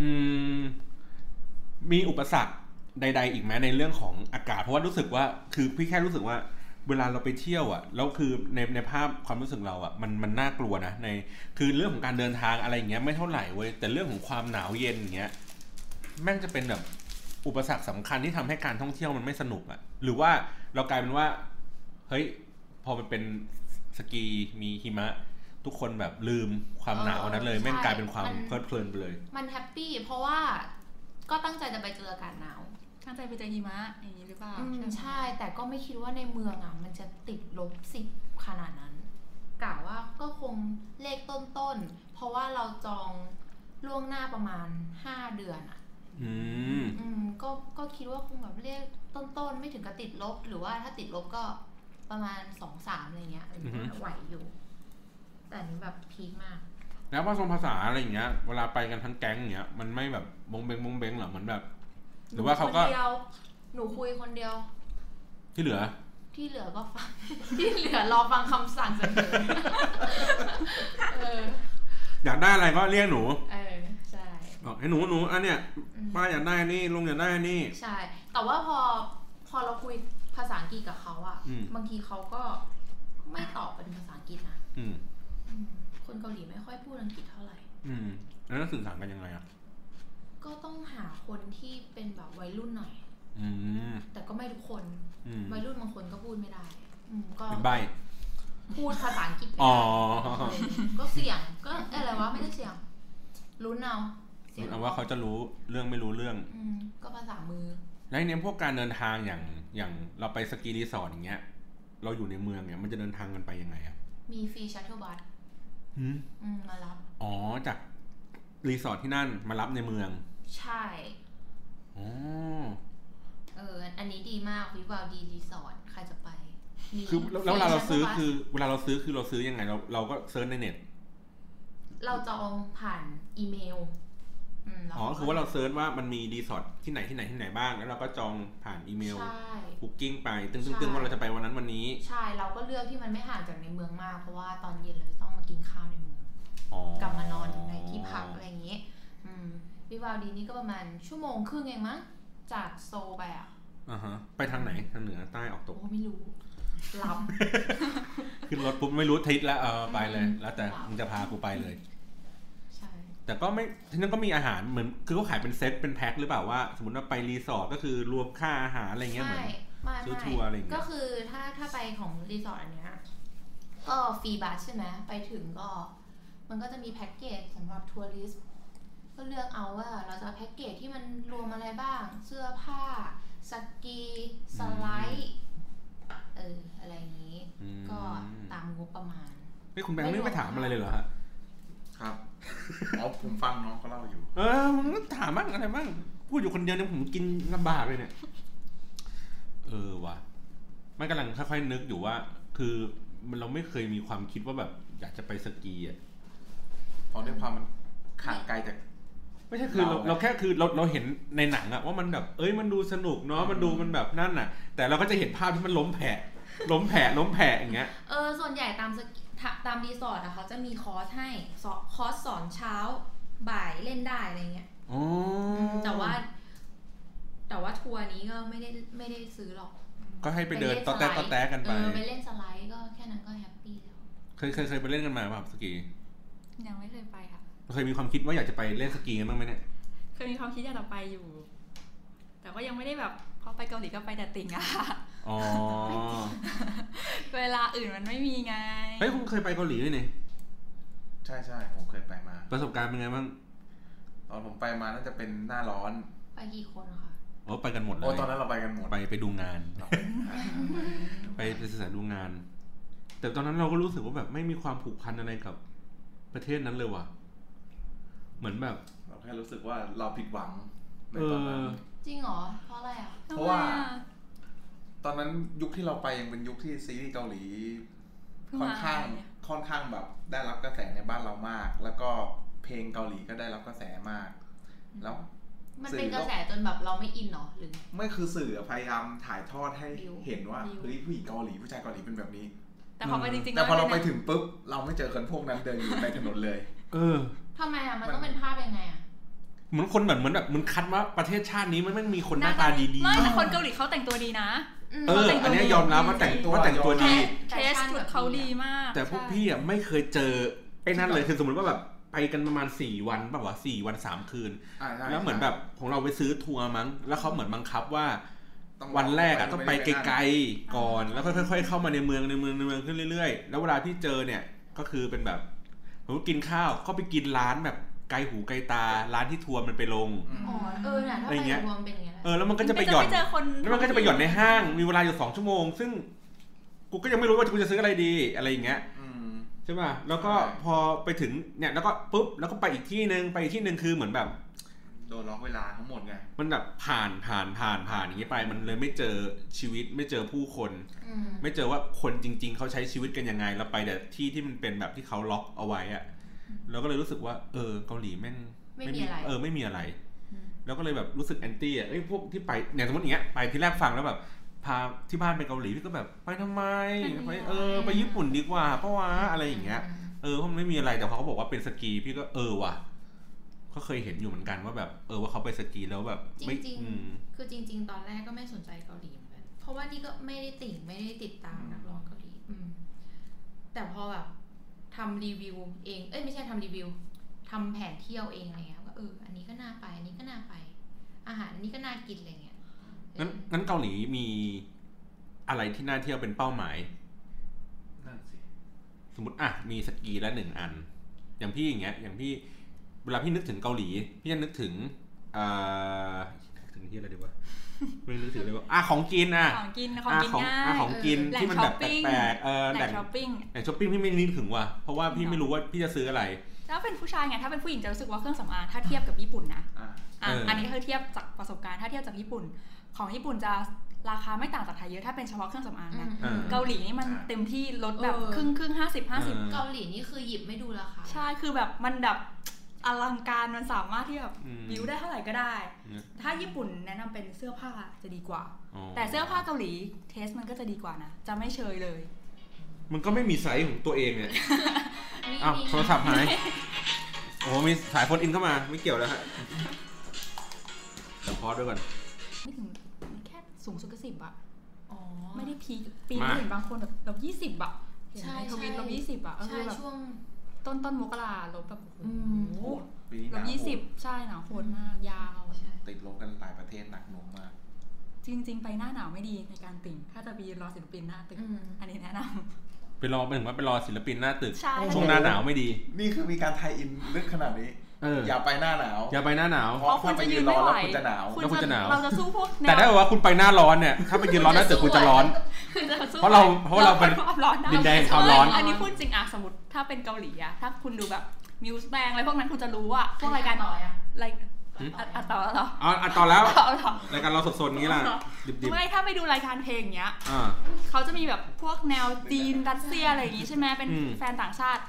A: อืม มีอุปสรรคใด ๆ อีกไหมในเรื่องของอากาศ เพราะว่ารู้สึกว่า คือพี่แค่รู้สึกว่า เวลาเราไปเที่ยวอะ่ะแล้วคือในในภาพความรู้สึกเราอะ่ะมันมันน่ากลัวนะในคือเรื่องของการเดินทางอะไรอย่างเงี้ยไม่เท่าไหร่เว้ยแต่เรื่องของความหนาวเย็นอย่างเงี้ย แม่งจะเป็นแบบอุปสรรคสำคัญที่ทำให้การท่องเที่ยวมันไม่สนุกอะหรือว่าเรากลายเป็นว่า เฮ้ย พอมันเป็นสกีมีหิมะ ทุกคนแบบลืมความหนาวนั้นเลย
D: เออ
A: แม่งกลายเป็นความ
D: ใช่มัน
A: เพลิดเพลินไปเลย
D: มันแฮปปี้เพราะว่าก็ตั้งใจจะไปเจออากาศหนาว
B: ตั้งใจไปเจอหิมะอย่างนี้หรือเปล่า
D: อืม
B: ไหม
D: ใช่ แต่ก็ไม่คิดว่าในเมืองอ่ะ มันจะติดลบสิบขนาดนั้นกล่าวว่าก็คงเลขต้นๆ เพราะว่าเราจองล่วงหน้าประมาณ 5 เดือนอ่ะ
A: อืม
D: อืมก็ก็คิดว่าคงแบบเลขต้นๆ ไม่ถึงกับติดลบ หรือว่าถ้าติดลบก็ประมาณสองสามอะไรเงี้ย
A: อือฮึ
D: ไหวอยู่ แต่อันนี้แบบพีคมาก
A: แล้วผสมภาษาอะไรอย่างเงี้ย เวลาไปกันทั้งแก๊งอย่างเงี้ยมันไม่แบบบงเบงบงเบงเหรอเหมือนแบบ หรือว่าเขาก็
D: คนเดียว หนูคุยคนเดียว
A: ที่เหลือ
D: ที่เหลือก็ฟัง ที่เหลือรอฟังคำสั่งเสนอ เออ
A: อยากได้อะไรก็เรียกหนู
D: เออ ใช่
A: บอกให้หนูหนูอันเนี้ย
D: อืม
A: ป้าอยากได้อันนี่ลุงอยากได้อันนี่
D: ใช่ แต่ว่าพอพอเราคุยภาษาอังกฤษกับเขาอะ
A: อืม
D: บางทีเขาก็ไม่ตอบเป็นภาษาอังกฤษนะ
A: อืม
D: อืมคนเกาหลีไม่ค่อยพูดอังกฤษเท่าไหร่
A: อืมแล้วสื่อสารกันยังไงอ่ะ
D: ก็ต้องหาคนที่เป็นแบบวัยรุ่นหน่อย
A: อืม
D: แต่ก็ไม่ทุกคน
A: อืม
D: วัยรุ่นบางคนก็พูดไม่ได้ อืมก็
A: เป็นใบ
D: พูดภาษาอังกฤษไม่
A: อ๋อ
D: ได้ ก็เสี่ยงก็เอ้ยอะไรวะไม่ได้เสี่ยงลุ้นเอาเสี่ยง
A: เอาว่าเขาจะรู้เรื่องไม่รู้เรื่อง
D: อืมก็ภาษามือ
A: แล้วทีเนี้ยพวกการเดินทางอย่างอย่างเราไปสกีรีสอร์ทอย่างเงี้ย เราอยู่ในเมืองเนี่ยมันจะเดินทางกันไปยังไงอ่ะ
D: มีฟรีชัตเทิลบัส
A: หืม
D: อืมมารับ
A: อ๋อจากรีสอร์ทที่นั่นมารับในเมือง
D: ใช่
A: อ๋อ
D: เออ อันนี้ดีมากวิวาวดีรีสอร์ทใครจะไปมี
A: คือแล้วแล้วเวลาเราซื้อคือ อเวลาเราซื้อคือเราซื้อยังไงเราเราก็เซิร์ชในเน็ต
D: เราจองผ่านอีเมลอืมเร
A: อ๋อคือว่าเราเซิร์ชว่ามันมีรีสอร์ทที่ไหนที่ไหนที่ไหนบ้าง แล้วเราก็จองผ่านอีเมล
D: ใช่
A: บุ๊กิ้งไปตึ้งตึ้งตึ้ง
D: ใช่
A: ว่าเราจะไปวันนั้นวันนี้
D: ใช่เราก็เลือกที่มันไม่ห่างจากในเมืองมาก เพราะว่าตอนเย็นเราจะต้องมากินข้าวในเมือง
A: อ๋อก
D: ลับมานอนอยู่ในที่พักอะไรอย่างนี้ อืมวิวาวดีนี่ก็ประมาณชั่วโมงครึ่งเองมั้ง จากโซลไปอ่ะ
A: อ่าฮะไปทางไหนทางเหนือใต้ออกตก
D: โอ้ไม่รู้หลับ
A: ขึ้นรถปุ๊บไม่รู้ทิศแล้วเออไปเลย
D: อืม
A: แล้วแต่มึงจะพากูไปเลย
D: ใช่
A: แต่ก็ไม่ที่นั่นก็มีอาหารเหมือนคือเขาขายเป็นเซตเป็นแพ็คหรือเปล่าว่า สมมติว่าไปรีสอร์ทก็คือรวมค่าอาหารอะไรเงี้ยเหมือน
D: ไม่
A: ซื้อ
D: ไม่
A: ทัวร์อะไรอย่างเงี้ย
D: ก็คือถ้าถ้าไปของรีสอร์ทอันเนี้ยก็ฟรีบัสใช่ไหมไปถึงก็ มันก็จะมีแพ็กเกจสำหรับทัวริสต์ก็เลือกเอาว่าเราจะเอาแพ็กเกจที่มันรวมอะไรบ้าง เสื้อผ้า สกีสไลด์เอออะไรอย่างนี้
A: อืม
D: ก็ตามงบประมาณ
A: เฮ้ยคุณแบงค์ไม่ไปถามอะไรเลยเหรอฮะ
C: ครับเอาผมฟังน้องเขาเล่าอยู่
A: เออมึงก็ถามบ้างอะไรบ้างพูดอยู่คนเดียวเนี่ยผมกินลำบากเลยเนี่ย เออว่ะไม่กำลังค่อยๆนึกอยู่ว่า คือมันเราไม่เคยมีความคิดว่าแบบ อยากจะไปสกีอ่ะ
C: เพราะด้วยความมันห่างไกลจาก
A: ไม่ใช่คือเรา
C: เราอะ
A: เราแค่คือเราเราเห็นในหนังอะว่ามันแบบเอ้ยมันดูสนุกเนาะมันดู
C: อืม
A: มันแบบนั่นอะแต่เราก็จะเห็นภาพที่มันล้มแผลล้มแผลล้มแผลอย่างเงี้ย
D: เออส่วนใหญ่ตามสกถ้าตามรีสอร์ทอะเขาจะมีคอร์สให้สอนคอร์สสอนเช้าบ่ายเล่นได้อะไรเงี้ย
A: อ๋อ
D: แต่ว่า แต่ว่าทัวร์นี้ก็ไม่ได้ไม่ได้ซื้อหรอก
A: ก็ให้ไปเดินตอแตะตอแตะกันไป
D: เออไปเล่นสไลด์ก็แค่นั้นก็แฮปปี้แล้ว
A: เคยเคยเคยไปเล่นกันมาป่ะครับสกี
B: ยังไม่เคยไปค่ะ
A: เคยมีความคิดว่าอยากจะไปเล่นสกีกันบ้างไหมเนี่ย
B: เคยมีความคิดอยากจะไปอยู่ แต่ก็ยังไม่ได้แบบพอไปเกาหลีก็ไปแต่ติ่งอะ ค่ะ
A: อ๋อ
B: เวลาอื่นมันไม่มีไง
A: เฮ้ยคุณเคยไปเกาหลีด้วยนี่
C: ใช่ใช่ผมเคยไปมา
A: ประสบการณ์เป็นไงบ้าง
C: ตอนผมไปมาน่าจะเป็นหน้าร้อน
D: ไปกี่คนอะคะ
A: อ๋อไปกันหมดเล
C: โอ้
A: ย
C: ตอนนั้นเราไปกันหมด
A: ไปไปดูงาน ไปไปศึกษาดูงาน แต่ตอนนั้นเราก็รู้สึกว่าแบบไม่มีความผูกพันอะไรกับประเทศนั้นเลยว่ะ เหมือนแบบ
C: เราแค่รู้สึกว่าเราผิดหวังใน
A: เอ
C: ตอนนั้น
A: อ
D: จริงเหรอ เพราะอะไรอ่ะ
B: ทำ
C: เพ
B: ไม
C: ราะว่า
B: อ่ะ
C: ตอนนั้นยุคที่เราไปยังเป็นยุคที่ซีรีส์เกาหลี
B: เพิ่ง
C: ค่
B: มา
C: อนข้าง
B: เนี่ย
C: ค่อนข้างแบบได้รับกระแสในบ้านเรามาก แล้วก็เพลงเกาหลีก็ได้รับกระแสมาก แล้ว
D: มันเป็นกระแสจนแบบเราไม่อินเหรอหรือ
C: ไม่คือสื่อพยายามถ่ายทอดให้
D: บิว
C: เห็นว่า
B: บิว
C: เฮ้ยผู้หญิงเกาหลีผู้ชายเกาหลีเป็นแบบนี้
B: แต่พอไปจริงๆ
C: แต่พอเราไป
B: ม่ด้นะ
C: ถึงปุ๊บเราไม่เจอคนพวกนั้นเดินอยู่ในถนนเลย
A: เออ
D: ทำไมอ่ะ มันต้องเป็นภาพยังไงอ่ะ
A: เหมือนคนแบบเหมือนแบบเหมันคัดว่าประเทศชาตินี้มันไม่มีคนหน้าตาดี
B: ไม่แต่คนเกาหลีเขาแต่งตัวดีนะ
D: อืม
A: ๆ เออ อันเนี้ยยอมรับว่าแต่งตัวแต่งตัวดี
B: เทสชุดเขาดีมาก
A: แต่พวก
B: ใช่
A: พี่อ่ะไม่เคยเจอไอ้นั่นเลยคือสมมติว่าแบบไปกันประมาณสี่วันป่าววะสี่วันสามคืน
C: อ่าใช่
A: แล้วเหมือนแบบของเราไปซื้อทัวร์มั้ง แล้วเขาเหมือนบังคับว่า
C: ต้อง
A: วันแรกอะต้องไปไกลๆก่อน
B: อ่า
A: แล้วก็ค่อย ๆ เข้ามาในเมืองในเมืองในเมืองขึ้นเรื่อยๆ แล้วเวลาที่เจอเนี่ยก็คือเป็นแบบผมติกินข้าวก็ไปกินร้านแบบไกลหูไกลตาร้านที่ทัวร์มันไปลง
C: อืม
D: อ๋อเออเนี่ยถ้า
A: อะไร
D: ไป
A: เงี้ย
D: รวมเป็นอย่างเงี้ยแหละ
A: เออแล้วมันก็จะไปหย่อน
B: ม่เจอคน
A: แล้วมันก็จะไปหย่อนในห้าง มีเวลาอยู่สองชั่วโมง ซึ่งกูก็ยังไม่รู้ว่ากูจะซื้ออะไรดีอะไรอย่างเงี้ย
C: อืม
A: ใช่ป่ะแล้วก็
C: ใช่
A: พอไปถึงเนี่ยแล้วก็ปุ๊บแล้วก็ไปอีกที่หนึ่งไปอีกที่หนึ่งคือเหมือนแบบ
C: โดนล็อกเวลาทั้งหมดไง
A: มันแบบผ่านผ่านผ่านผ่านอย่างนี้ไป มันเลยไม่เจอชีวิตไม่เจอผู้คน
D: ม
A: ไม่เจอว่าคนจริง ๆ เขาใช้ชีวิตกันยังไงเราไปแต่ที่ที่มันเป็นแบบที่เขาล็อกเอาไว้อะเราก็เลยรู้สึกว่า เออเกาหลีแม่ง
D: ไม่มีอะไร
A: เออไม่มีอะไร
B: อืม
A: แล้วก็เลยแบบรู้สึกแอนตี้อ่ะเอ้ยพวกที่ไปเนี่ยสมมติอย่างเงี้ยไปที่แรกฟังแล้วแบบ พาที่บ้านไปเกาหลีพี่ก็แบบไปทำไมไปเออไปญี่ปุ่นดีกว่าเพราะว่าอะไรอย่างเงี้ย
D: ม
A: เออเพราะมันไม่มีอะไรแต่พอเขาบอกว่าเป็นสกีพี่ก็เออว่ะก็เคยเห็นอยู่เหมือนกันว่าแบบ เออว่าเขาไปสกีแล้วแบบไม่
D: จริงๆ
A: อืม
D: คือจริง ๆ ตอนแรกก็ไม่สนใจเกาหลีเหมือนกัน เพราะว่านี่ก็ไม่ได้ติ่งไม่ได้ติดตาม
C: อืม
D: นักร้องเกาหลีอืม แต่พอแบบทำรีวิวเอง เอ้ยไม่ใช่ทำรีวิวทำแผนเที่ยวเองอะไรเงี้ยก็เออ อันนี้ก็น่าไป อันนี้ก็น่าไป อาหารอันนี้ก็น่ากินอะไรเงี้ยเอ
A: งั้น
D: อ
A: งั้นเกาหลีมีอะไรที่น่าเที่ยวเป็นเป้าหมาย
C: นั่นสิ
A: สมมติอ่ะมีสกีละหนึ่งอัน อย่างพี่อย่างเงี้ย อย่างพี่เวลาพี่นึกถึงเกาหลี พี่จะนึกถึงเอ่อนึกถึงที่อะไรดีวะ ไม่รู้สึกเลยว่าอ่ะของกินอ่ะ
B: ของกินของกิน
A: ของ
B: ง่าย
A: อ่ะของกิน
B: แหล่ง
A: ที่มัน
B: ช้อ
A: แบ
B: ป
A: บ
B: ปิ้ง
A: แปลกๆเออ
B: แห
A: แห
B: ล่
A: ล่
B: ง
A: ง
B: ช้อปปิ้ง
A: แหล่งช้อปปิ้งพี่ไม่นึกถึงว่ะเพราะว่าพี่
B: จริงเหรอ
A: ไม่รู้ว่าพี่จะซื้ออะไร
B: ถ้าเป็นผู้ชายไงถ้าเป็นผู้หญิงจะรู้สึกว่าเครื่องสำอางถ้าเทียบกับญี่ปุ่นนะ
C: อ่ะ
B: อ่ะ
A: เอออั
B: อันนี้คือเทียบจากประสบการณ์ถ้าเทียบจากญี่ปุ่น ของญี่ปุ่นจะราคาไม่ต่างจากไทยเยอะถ้าเป็นเฉพาะเครื่องสำอางนะ
A: เออ
B: เกาหลีนี่มันเต็มที่ลดแบบ
D: เออ
B: ครึ่งครึ่งห้าสิบห้าสิบ
D: เกาหลีนี่คือหยิบไม่ดูราคา
B: ใช่คือแบบมันแบบอลังการมันสามารถที่แบบ
A: อืม
B: บิวได้เท่าไหร่ก็ได้
A: เออ
B: ถ้าญี่ปุ่นแนะนำเป็นเสื้อผ้าจะดีกว่า
A: อ๋อ
B: แต่เสื้อผ้าเกาหลีเทสมันก็จะดีกว่านะ จะไม่เชยเลย
A: มันก็ไม่มีไซส์ของตัวเองเนี่ย
D: มี
A: อ้าว
D: มี
A: โทรศัพท์ หายโอ้มีสายโฟนอินเข้ามาไม่เกี่ยวแล้วฮะเดี๋ยวพอดด้วยก่อน
B: ไม่ถึงแค่สูงสุดก็สิบอะ
D: อ๋อ
B: ไม่ได้พีคปีนี้
A: มา
B: เห็นบางคนแบบลบยี่สิบอะเห็น
D: ใช่
B: ในทวิต
D: ใช่
B: ลบยี่สิบอะก็
D: ใช่
B: คือแบบ
D: ช่วง
B: ต้นต้นมกราลบแบบ
D: อืม
B: โอ้โห
C: ปีนี้ห
B: ล
C: นา
B: บ
C: ว
B: ยี่สิบใช่หนาวโหดมากยาว
D: ใช่
C: ติดลบกันหลายประเทศหนักหน่วงมาก
B: จริง ๆ ไปหน้าหนาวไม่ดีในการติ่ง ถ้าจะไปยืนรอศิลปินหน้าตึก
D: อืม
B: อันนี้แนะน
A: ไปรอไปถึงว่าไปรอศิลปินหน้าตึก
B: ำใช่
A: ช่วงหน้าหนาวไม่ดี
C: นี่คือมีการไทยอินลึกขนาดนี้
A: เออ
C: อย่าไปหน้าหนาว
A: อย่าไปหน้าหนาว
C: เพ
B: เพ
C: ราะ
B: ราะคุณจะยืนไม่
C: คุณจะยืนรอ
B: ไหว
C: แล้วคุณจะหนาว
A: แล้วคุณจะหนาว
B: เราจะสู้พวกนว
A: แต่ถ้าแบบว่าคุณไปหน้าร้อนเนี่ย ถ้าไปยืนร้อนหน้าตึกคุณจะร้อน
B: คุณจะสู้
A: เพราะเราเพราะเราเป็น
B: ควมร้อนได้
A: ดินแดนความร้อน
B: อันนี้พูดจริงอะสมมติถ้าเป็นเกาหลีอะถ้าคุณดูแบบมิวส์แบงอะไรพวกนั้นคุณจะรู้อะพวกรายการ
D: ต่อยอะ
B: รายอะอ่ะต่อแล้วเหรอ
A: อ๋ออ่ะต่อแล้ว
B: ต่อแล้วเหรอ
A: รายการเราสดๆนี้ล่ะ ดิบ
B: ไม่ถ้าไปดูรายการเพลงเนี้ย
A: ๆอ่า
B: เขาจะมีแบบพวกแนวจีนรัสเซียอะไรอย่างงี้ใช่ไหมเป็น
A: อืม
B: แฟนต่างชาติ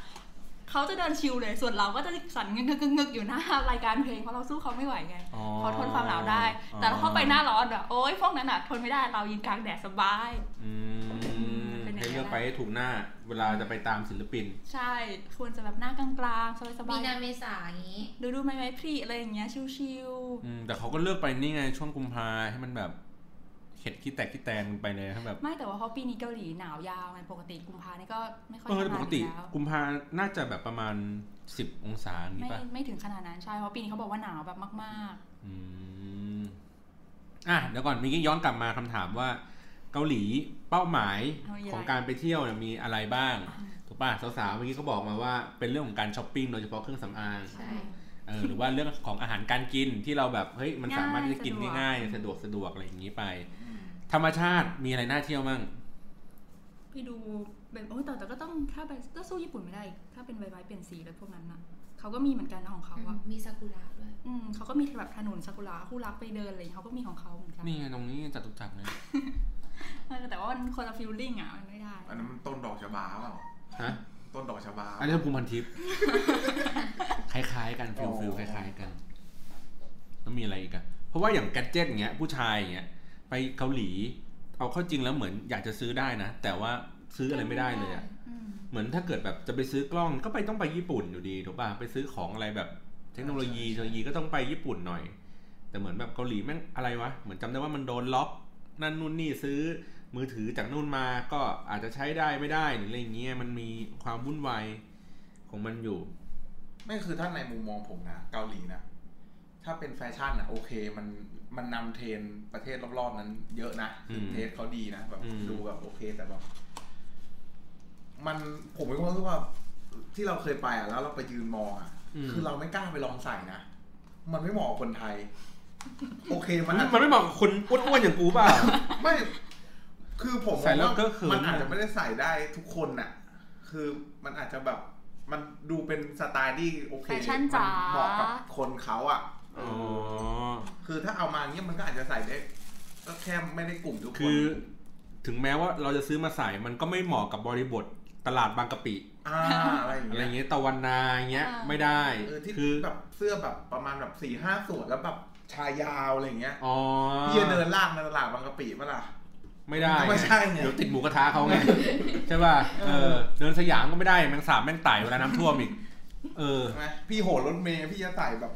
B: เขาจะเดินชิลเลยส่วนเราก็จะสั่นเงึกงึกงึกอยู่หน้ารายการเพลงเพราะเราสู้เขาไม่ไหวไง
A: อ๋อ
B: เขาทนความหนาวได้ แต่ถ้าเข้าไปหน้าร้อนอะโอ๊ยพวกนั้นอะทนไม่ได้ เรายืนกลางแดดสบาย
A: อืม
B: เป็นยังไง
A: ให้เลือกไปให้ถูกหน้า เวลาจะไปตามศิลปิน
B: ใช่ ควรจะแบบหน้ากลางๆ สบา
D: มี
B: ย
D: นาเมษาอย่างนี้
B: ๆ ดูดูไม้ไม้พรีอะไรอย่างเงี้ย ชิว
A: อืม แต่เขาก็เลือกไปนี่ไง ช่วงกุมภาให้มันแบบเข็ดขี้แตกขี้แตนไปเลยให้แบบ
B: ๆ ไม่แต่ว่าเขาปีนี้เกาหลีหนาวยาวไงปกติกุมภานี่ก็ไม่ค่อย
A: เออแต่ปกติ
B: หนาวอยู่แล้ว
A: กุมภาน่าจะแบบประมาณ 10 องศาอย่างนี้
B: ไม่
A: ป่ะ
B: ไม่ถึงขนาดนั้นใช่ เพราะปีนี้เขาบอกว่าหนาวแบบมาก
A: อืมอ่ะเดี๋ยวก่อนเมีกี้ย้อนกลับมาคำถามว่า เกาหลีเป้าหมายของการไปเที่ยวเนี่ยมีอะไรบ้าง ถูกป่ะสาวๆเมื่อกี้ก็บอกมาว่าเป็นเรื่องของการช้อปปิ้งโดยเฉพาะเครื่องสำอาง
D: ใช่
A: เอ อหรือว่าเรื่องของอาหารการกินที่เราแบบเฮ้ยมันสามารถที่จะกินได้ง่ายสะดวกสะดวกอะไรอย่างนี้ไป ธรรมชาติมีอะไรน่าเที่ยวมั่ง
B: ๆไปดูแบบโอ้ยแต่แต่ก็ต้องถ้าไปก็สู้ญี่ปุ่นไม่ได้อีกถ้าเป็นใบไม้เปลี่ยนสีแล้วพวกนั้นอะเขาก็มีเหมือนกันนะของเขาอะ
D: มีซากุระด้วย
B: อืมเขาก็มีแบบถนนซากุระคู่รักไปเดินอะไรอย่างเงี้ยเขาก็มีของเขาเหมือนกัน
A: นี่ไงตรงนี้จตุจักรเลย
B: เออแต่ว่ามันคนละฟิลลิ่งอ่ะ มันไม่ได้
C: อันนั้นมันต้นดอกชะบาเปล่า
A: ฮะ
C: ต้นดอกชะบา
A: อันนี้ภูมิพันทิพย์ คล้ายๆกันฟิลฟิลคล้ายๆกัน แล้วมีอะไรอีกอะเพราะว่าอย่างแกดเจ็ตอย่างเงี้ยผู้ชายอย่างเงี้ยไปเกาหลี เอาเข้าจริงแล้วเหมือนอยากจะซื้อได้นะ แต่ว่าซื้ออะไรไม่ได้เลยอะ
B: อืม
A: เหมือนถ้าเกิดแบบจะไปซื้อกล้องก็ไปต้องไปญี่ปุ่นอยู่ดีถูกป่ะไปซื้อของอะไรแบบเทคโนโลยี
C: ใช่ใช่
A: เทคโนโลยีก็ต้องไปญี่ปุ่นหน่อย แต่เหมือนแบบเกาหลีแม่งอะไรวะเหมือนจำได้ว่ามันโดนล็อกนั่นนู่นนี่ซื้อมือถือจากนู่นมาก็อาจจะใช้ได้ไม่ได้หรืออะไรอย่างเงี้ยมันมีความวุ่นวายของมันอยู่
C: ไม่คือถ้าในมุมมองผมนะเกาหลีนะ ถ้าเป็นแฟชั่นอ่ะโอเคมันมันนำเทรนด์ประเทศรอบๆนั้น เยอะนะคือ
A: ม
C: เทรนด์เขาดีนะแบบ
A: อืม
C: ดูแบบโอเคแต่แบบมันผมมีความรู้สึกว่าที่เราเคยไปอ่ะแล้วเราไปยืนมองอ่ะ คือเราไม่กล้าไปลองใส่นะ มันไม่เหมาะกับคนไทย โอเคมันอาจจะ
A: มันไม่เหมาะกับคนอ้วนๆอย่างกู เปล่า
C: ไม่ คือผม
A: ใส่แล้ว
C: า
A: ก็เขิน
C: มันอาจ
A: อะ
C: จะไม่ได้ใส่ได้ทุกคนน่ะ คือมันอาจจะแบบ มันดูเป็นสไตล์ที่โอเค
B: แฟชั่นจ๋า
C: เหมาะกับคนเขาอ่ะเอ
A: อ๋อ
C: อคือถ้าเอามาเงี้ยมันก็อาจจะใส่ได้ ก็แค่ไม่ได้กลุ่มทุกคน
A: คือถึงแม้ว่าเราจะซื้อมาใส่มันก็ไม่เหมาะกับบริบทตลาดบางกะปิ
C: อ่าอะไรอย่าง
A: อะไร
C: เงี้ย
A: เงี้ยตะวันนาอย่างเงี้ย
B: อ่า
A: ไม่ได้
C: เออที่
A: คือ
C: แบบเสื้อแบบประมาณแบบสี่ห้าส่วนแล้วแบบชายาวอะไรอย่างเงี้ย
A: อ๋อ
C: พี่จะเดินลากในตลาดบางกะปิปะล่ะ
A: ไม่ได้
C: ไม่ใช่ไง
A: เดี๋ยวติดหมูกระทะเขาไง ใช่ป่ะเออเดินสยามก็ไม่ได้แมงสาบแมงไต่เวลาน้ำท่วมอีก เออ
C: ใช่ไหมพี่โหนรถเมย์พี่จะใส่แบบ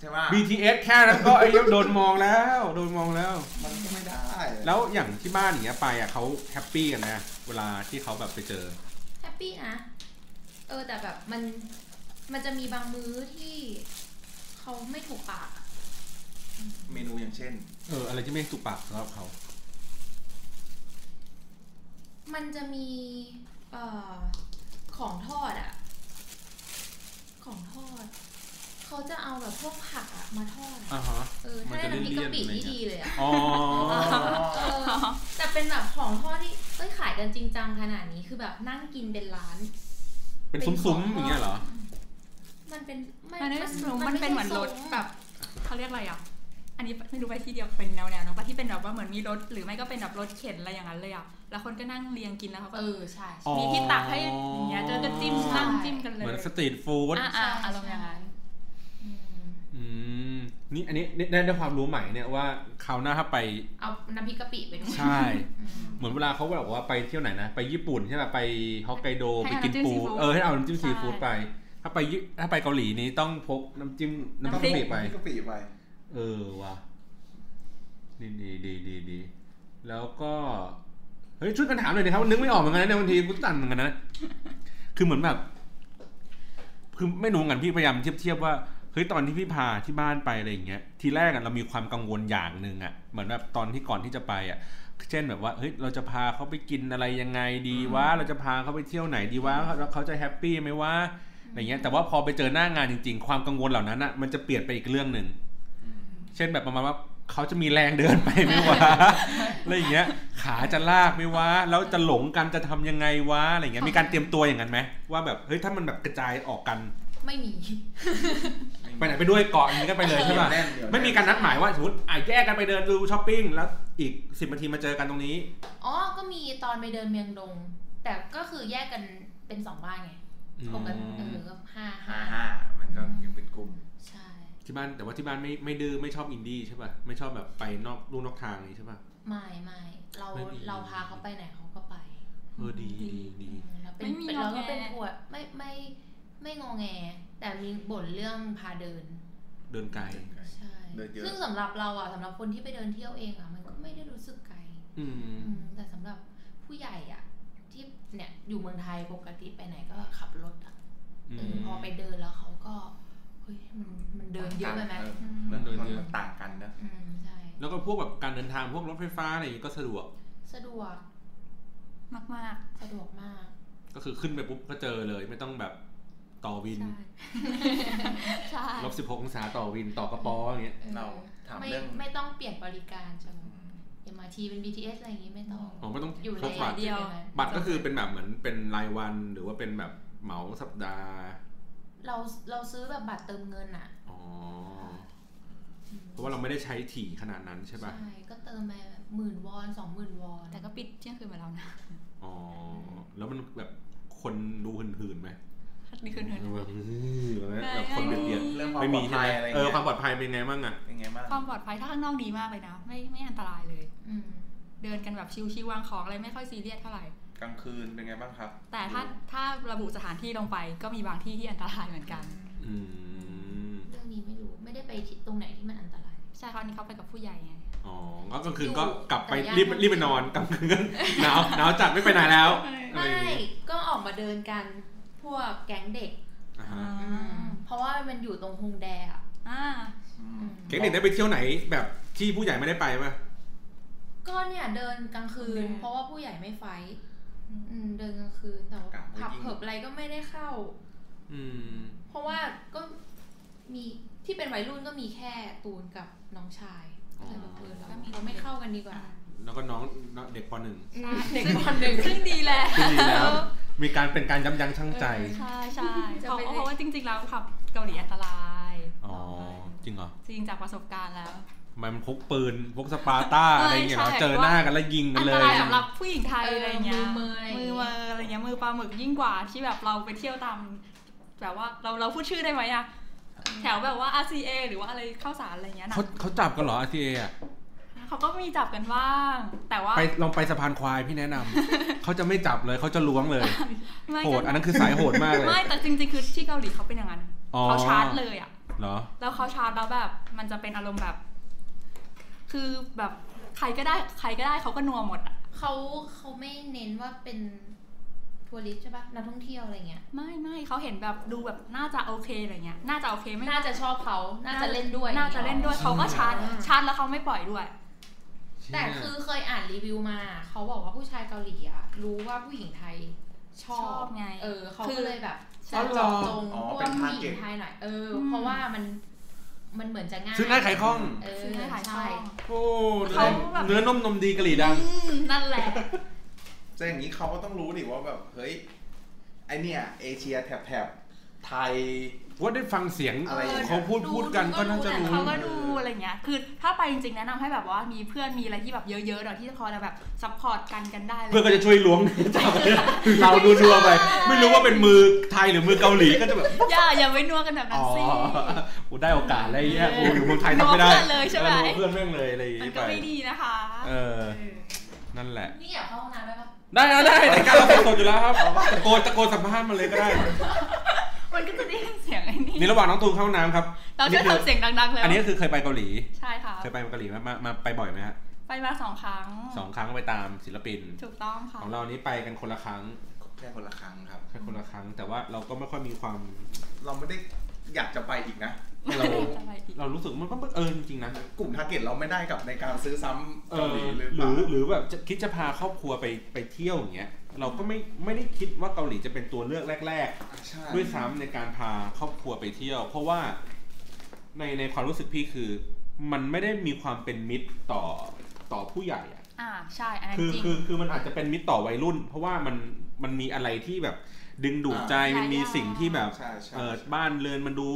C: ใช่ไหม
A: BTS แค่นั้นก็ไอ้เหี้ยโดนมองแล้ว โดนมองแล้ว
C: มันก็ไม่ได้
A: แล้วอย่างที่บ้านอย่างเงี้ยไปอ่ะเขาแฮปปี้กันนะ เวลาที่เขาแบบไปเจอ
D: แฮปปี้นะ เออแต่แบบมันมันจะมีบางมื้อที่เขาไม่ถูกปากอะ
C: เมนูอย่างเช่น
A: เออ อะไรที่ไม่สุกปากสำหรับเขา
D: มันจะมีเอ่อของทอดอะของทอดเขา เขาจะเอาแบบพวกผักอะมาทอดอะ
A: อ่าฮะ
D: เออ
A: มั
D: ถ้านได้
A: จะ
D: น้ำพริกกะปิ
A: เลี่ยนๆ
D: นี่ดีเลยอะ
A: อ๋อ
D: เออแต่เป็นแบบของทอดที่เอ้ยขายกันจริงจังขนาดนี้คือแบบนั่งกินเป็นร้าน
A: เป็นซุ้มๆอย่างเงี้ยเหรอ
D: มันเป็น
B: มันไม่สูงมันเป็นเหมือนรถ
D: ไใช่
B: แบบเขาเรียกอะไรอ่ะ อันนี้ไม่รู้ไปที่เดียวเป็นแนวๆเนาะปะที่เป็นแบบว่าเหมือนมีรถหรือไม่ก็เป็นแบบรถเข็นอะไรอย่างนั้นเลยอ่ะ แล้วคนก็นั่งเรียงกินแล้วเขาก็
D: เออใช่
A: อ๋อ
B: มีที่ตักให้อย่างเงี้ยแล้วก็จิ้มนั่งจิ้มกันเลย
A: เหมือนสตรีทฟู้ด
B: อ่ะอ่ะอารมณ์อย่างนั้น
D: อืม
A: อืม นี่อันนี้ได้ได้ความรู้ใหม่เนี่ยว่าคราวหน้าถ้าไป
D: เอาน้ำพริกกะปิไปด้วย
A: ใช่
D: อืม
A: เหมือนเวลาเขาบอกว่าไปเที่ยวไหนนะ ไปญี่ปุ่นใช่ไหมไปฮอกไกโด
B: ให้
A: ไปกินปู
B: เอาน้ำจิ้มซีฟู้ด
A: เออให้เอาน้ำจิ้ม
B: ใช่
A: ซีฟู้ดไป ถ้าไปญี่ถ้าไปเกาหลีนี้ต้องพกน้ำจิ้มน้ำพริกกะปิไป
C: กะปิไป
A: เออว่ะดีดีดีดีดีแล้วก็เฮ้ยช่วยกันถามหน่อยดิครับนึกไม่ออกเหมือนกันนะในยบางทีกูตันเหมือนกันนะคือเหมือนแบบคือไม่รู้เหมือนกันพี่พยายามเทียบเทียบว่าเฮ้ยตอนที่พี่พาที่บ้านไปอะไรอย่างเงี้ยทีแรกอะเรามีความกังวลอย่างหนึ่งอะเหมือนแบบตอนที่ก่อนที่จะไปอะเช่นแบบว่าเฮ้ยเราจะพาเขาไปกินอะไรยังไงดีวะเราจะพาเขาไปเที่ยวไหนดีวะเขาเขาจะแฮปปี้ไหมวะอะไรเงี้ย แต่ว่าพอไปเจอหน้างานจริง ๆ ความกังวลเหล่านั้นอะมันจะเปลี่ยนไปอีกเรื่องหนึ่ง เช่นแบบประมาณว่าเขาจะมีแรงเดินไป ไหมวะ อะไรอย่างเงี้ย ขาจะลากไหมวะ แล้วจะหลงกันจะทำยังไงวะอะไรอย่างเงี้ยมีการเตรียมตัวอย่างนั้นไหมว่าแบบเฮ้ยถ้ามันแบบกระจายออกกัน
D: ไม่มี
A: ไปไหนไปด้วยเกาะอย่างนี้กันไปเลยใช่ป่ะ
C: แน่นเดี๋ยว
A: ไม่มีการนัดหมายว่าสมมติอ่ะแยกกันไปเดินดูช้อปปิ้งแล้วอีกสิบนาทีมาเจอกันตรงนี้
D: อ๋อ ก็มีตอนไปเดินเมียงดง แต่ก็คือแยกกันเป็นสองบ้านไง
A: อืม
D: ปกติเออก็ห้า
C: ห้า
D: ห้า
C: ห้ามันก็ยังเป็นกลุ่ม
D: ใช่
A: ที่บ้านแต่ว่าที่บ้านไม่ไม่ดื้อไม่ชอบอินดี้ใช่ป่ะไม่ชอบแบบไปนอกลู่นอกทางนี้ใช่ป่ะ
D: ไม่ไม่เรา
A: ไม่มี
D: เราพาเขาไปไหนเขาก็ไป
A: เออดีดีดี
D: อืมแล้วเป็น
B: ไม่มี
D: เป็น
B: งอ
D: เรา
B: แง
D: ก็เป็นผัวไม่ไม่ไม่งอแง แต่มีบ่นเรื่องพาเดิน
A: เดินไกล
D: ใช่
C: เดินเยอะ
D: ซึ่งสำหรับเราอ่ะสำหรับคนที่ไปเดินเที่ยวเองอ่ะมันก็ไม่ได้รู้สึกไกล
A: อืม
D: อืมแต่สำหรับผู้ใหญ่อ่ะ ที่เนี่ยอยู่เมืองไทยปกติไปไหนก็ขับรถอ่ะ
A: อืม
D: เออพอไปเดินแล้วเขาก็เฮ้ยมันมันเดินเยอะไปไหม
C: เออ
D: อืม
C: เรื่อง
A: เดิน
C: มัน
A: เยอะ
C: มันต่างกันนะ
D: อืมใช่
A: แล้วก็พวกแบบการเดินทางพวกรถไฟฟ้าอะไรอย่างงี้ก็สะดวก
D: สะดวก
B: มาก
D: สะดวกมาก
A: ก็คือขึ้นไปปุ๊บก็เจอเลยไม่ต้องแบบต่อวิน
D: ใช่ ใช่
A: ลบสิบหกองศาต่อวินต่อกระป๋ออย่างเงี้ย
D: ออ
C: เราถาม
D: ไม่
C: เรื่อง
D: ไม่ต้องเปลี่ยนบริการจังเอ็มอาร์ทีเป็น BTS อะไรอย่างงี้ไม่ต้อง
A: อ๋อไม่ต้อง
D: อยู่
A: พ
D: ใน
A: กบัตร
D: เดียวนั้น
A: บัตรก็คือเป็นแบบเหมือนเป็นรายวันหรือว่าเป็นแบบเหมาสัปดาห์
D: เราเราซื้อแบบบัตรเติมเงินอ่ะ
A: อ๋อเพราะว่าเราไม่ได้ใช้ถี่ขนาดนั้นใช่ป่ะ
D: ใช่ก็เติมไปแบบหมื่นวอนสองหมื่นวอน
B: ๆ แต่ก็ปิดเที่ยงคืนไปแล้วนะ
A: อ๋อแล้วมันแบบคนดูหื่นๆไหม
B: นี่คืนเดิน
A: แบบแบบคนเบียด
C: เรื่องความ
A: ๆไม่
C: ปล
A: มี
C: อด
A: ใช่
C: ภัย
A: ไหม
C: อะไร
A: เอ
C: เงี้
A: อย ความปลอดภัยเป็นไงบ้างอะ
C: เป็นไงบ้าง
B: ความปลอดภัยถ้าข้างนอกดีมากเลยนะ ไม่ไม่อันตรายเลย
D: อืม
B: เดินกันแบบชิวๆวางของอะไรไม่ค่อยซีเรียสเท่าไหร่
C: กลางคืนเป็นไงบ้างครับ
B: แต่ถ้าถ้าระบุสถานที่ลงไปก็มีบางที่ที่อันตรายเหมือนกัน
A: อืม
D: เรื่องนี้ไม่รู้ไม่ได้ไปที่ตรงไหนที่มันอันตราย
B: ใช่คราวนี้เขาไปกับผู้ใหญ่ไง
A: อ๋อก็กลางคืนก็
D: อยู่
A: กลับไป
D: แต่ย่าน
A: รีบรีบไปนอนกลางคืนก็ หนาวหนาวจัดไม่ไปไหนแล้ว
D: ไม่ ก็ออกมาเดินกันพวกแก๊งเด็ก
A: อ่าฮะ
B: อืม
D: เพราะว่ามันอยู่ตรงฮงแดอะ
B: อ่า
C: อืม
A: เค้กเด็กได้ไปเที่ยวไหนแบบที่ผู้ใหญ่ไม่ได้ไปป่ะ
D: ก็เนี่ยเดินกลางคืน เพราะว่าผู้ใหญ่ไม่ไฟท์อืมเดินกลางคืนแต่ว่าผับเผิบอะไรก็ไม่ได้เข้า
A: อืม
D: เพราะว่าก็มีที่เป็นวัยรุ่นก็มีแค่ตูนกับน้องชาย
A: อ๋อ
D: ก็เลยแบบเออแล้วเราไม่เข้ากันดีกว่า
A: แล้วก็น้องน้องเด็กปห นึ่ง
D: เด็กคนหนึ่งซึ่งดีแหละ
A: ที่ดีแล้ว มีการเป็นการย้ำยั้งชั่งใจ
B: ใช่ใช่
D: จะ
B: เพราะ
D: ไป
B: เพราะว่าจริงๆแล้วขับเกาหลีอันตราย
A: อ๋อ จริงเหรอ
B: จริงจากประสบการณ์แล้ว
A: ทำไมมันพกปืนพกสปาร์ต้า
B: เอออ
A: อะไรอย่างเงี้ยเหรอ
B: ใช่
A: เจอหน้ากันแล้วยิงกั
B: อั
A: น
B: น
A: เลย
B: ตรายสำหรับผู้หญิงไทย
D: เอออ
B: อะไรเงี้
D: มื
B: ย
D: อมืออะไรอย่างเงี้
B: มือย มืออะไรเงี้ยมือปลาหมึกยิ่งกว่าที่แบบเราไปเที่ยวตามแบบว่าเราเราพูดชื่อได้ไหมอะแถวแบบว่า RCA หรือว่าอะไรข้าวสารอะไรเงี้ยนะ
A: เขาเขาจับกันเหรอ RCA อ่ะ
B: เขาก็มีจับกันบ้าง แต่ว่า
A: ไปลองไปสะพานควายพี่แนะนำ เขาจะไม่จับเลยเขาจะล้วงเลย
B: ไม่
A: โหด อั
B: กัน
A: นั้นคือสายโหดมากเลย
B: ไม่แต่จริงๆคือที่เกาหลีเขาเป็นอย่างนั้น
A: อ๋อ
B: เขาชาร์จเลยอะ
A: เหรอ
B: แล้วเขาชาร์จแล้วแบบมันจะเป็นอารมณ์แบบ คือแบบใครก็ได้ใครก็ได้เขาก็นัวหมดอะ
D: เขาเขาไม่เน้นว่าเป็นทัวริสต์ใช่ปะนักท่องเที่ยวอะไรเงี้ย
B: ไม่ไม่เขาเห็นแบบดูแบบน่าจะโอเคอะไรเงี้ยน่าจะโอเคไม่
D: น่าจะชอบเขา น่าจะเล่นด้วย
B: น่าจะเล่นด้วยเขาก็ชาร์จ
D: อ่
B: ชาร์จแล้วเขาไม่ปล่อยด้วย
D: แต่คือเคยอ่านรีวิวมา เขาบอกว่าผู้ชายเกาหลีอะรู้ว่าผู้หญิงไทยชอบ
B: ชอบไง
D: เออเขา
B: คือ
D: ก็เลยแบบ จะเจาะจง
C: อ๋อ
D: พว
C: เป็
D: ก
C: น
D: ผู้หญิง
C: target
D: ไทยหน่อยเอออ
B: ม
D: เพราะว่ามันมันเหมือนจะง่าย
A: ซื้อง่ายขายคล่อง
D: เออ
B: ซื้อได้หลายช่
D: ใช่
B: อง
A: โอ้
B: เขาแบบ
A: เนื้อนมนมดีกะหรี่ดัง
B: อืมนั่นแหละ
C: จะอย่างนี้เขาก็ต้องรู้ดิว่าแบบเฮ้ยไอเนี่ยเอเชียแถบแถบไทย
A: ว่าได้ฟังเสียง
C: อะไรอย่างเงี้ย
A: เขาพูดพูดกันก็น่าจะรู้
B: เขาก็ดูอะไรเงี้ย คือถ้าไปจริงๆแนะนำให้แบบว่ามีเพื่อนมีอะไรที่แบบเยอะๆหน่อยที่จะพอจะแบบซัพพอร์ตกันกันได้เลย
A: เพื่อนก็จะช่วยล้วง จับเราดูดัวไป ไม่รู้ว่าเป็นมือไทยหรือมือเกาหลีก็จะแบบ
B: อย่าอย่าไปนัวกันแบบนั้
A: อ๋
B: น
A: อ
B: สิ
A: กูได้โอกาสอะไรเงี้ย
B: เอ
A: กู
B: อ
A: อยู่เมืองไทยทำไม่ได้
B: ล้วงเพื่อนเลยใช่ไหม
A: ออล้วงเพื่อนแม่งเลยอะไรอย่าง
B: มัน
A: งี้
B: ก็
A: ไป
B: ไม่ดีนะคะ
A: เออ
B: เออ
A: นั่นแหละ
D: นี่อยากเข้าห้องน้ำได้ปะ
A: ได้นะได้รายการเราสดๆอยู่แล้วครับตะโกนตะโกนสัมภาษณ์มันเลยก็ได้
B: มันก็จะได้ยินเสียงไอ้นี่
A: นี่ระหว่างน้องตูนเข้าห้องน้ำครับ
B: เราช่วยทำเสียงดังๆเลย
A: อันนี้คือเคยไปเกาหลี
B: ใช่ค่ะ
A: เคยไปเกาหลีไหมมามาไปบ่อยไหมฮะ
B: ไปมาสองครั้ง
A: สองครั้งไปตามศิลปิน
B: ถูกต้องค่ะ
A: ของเรานี้ไปกันคนละครั้ง
C: แค่คนละครั้งครับ
A: แค่คนละครั้ง แต่ว่าเราก็ไม่ค่อยมีความ
C: เราไม่ได้อยากจะไปอีกนะ
A: เรา
B: จะไปอีก
A: เรารู้สึกมันก็บังเออจริงๆนะ
C: กลุ่มทาร์เก็ตเราไม่ได้กับในการซื้อซ้ำ
A: เอ
C: เกา
A: อ
C: หลีหรือ
A: ห
C: เป
A: รื
C: ล่า
A: อหรือแบบจะคิดจะพาครอบครัวไปไปเที่ยวอย่างเงี้ยเราก็ไม่ไม่ได้คิดว่าเกาหลีจะเป็นตัวเลือกแรก
C: ใช่
A: ๆ ด้วยซ้ำในการพาครอบครัวไปเที่ยว เพราะว่าในในความรู้สึกพี่คือ มันไม่ได้มีความเป็นมิตรต่อต่อผู้ใหญ่อะ
B: อ่าใช่อันนั้น
A: คือ
B: จริง
A: คือคือมันอาจจะเป็นมิตรต่อวัยรุ่น เพราะว่ามันมันมีอะไรที่แบบดึงดูดใจ
B: อ่ามั
A: มันมี
B: หลายอย่าง
A: สิ่งที่แบบ
C: ใช่ใช่
A: เออบ้านเรือนมันดู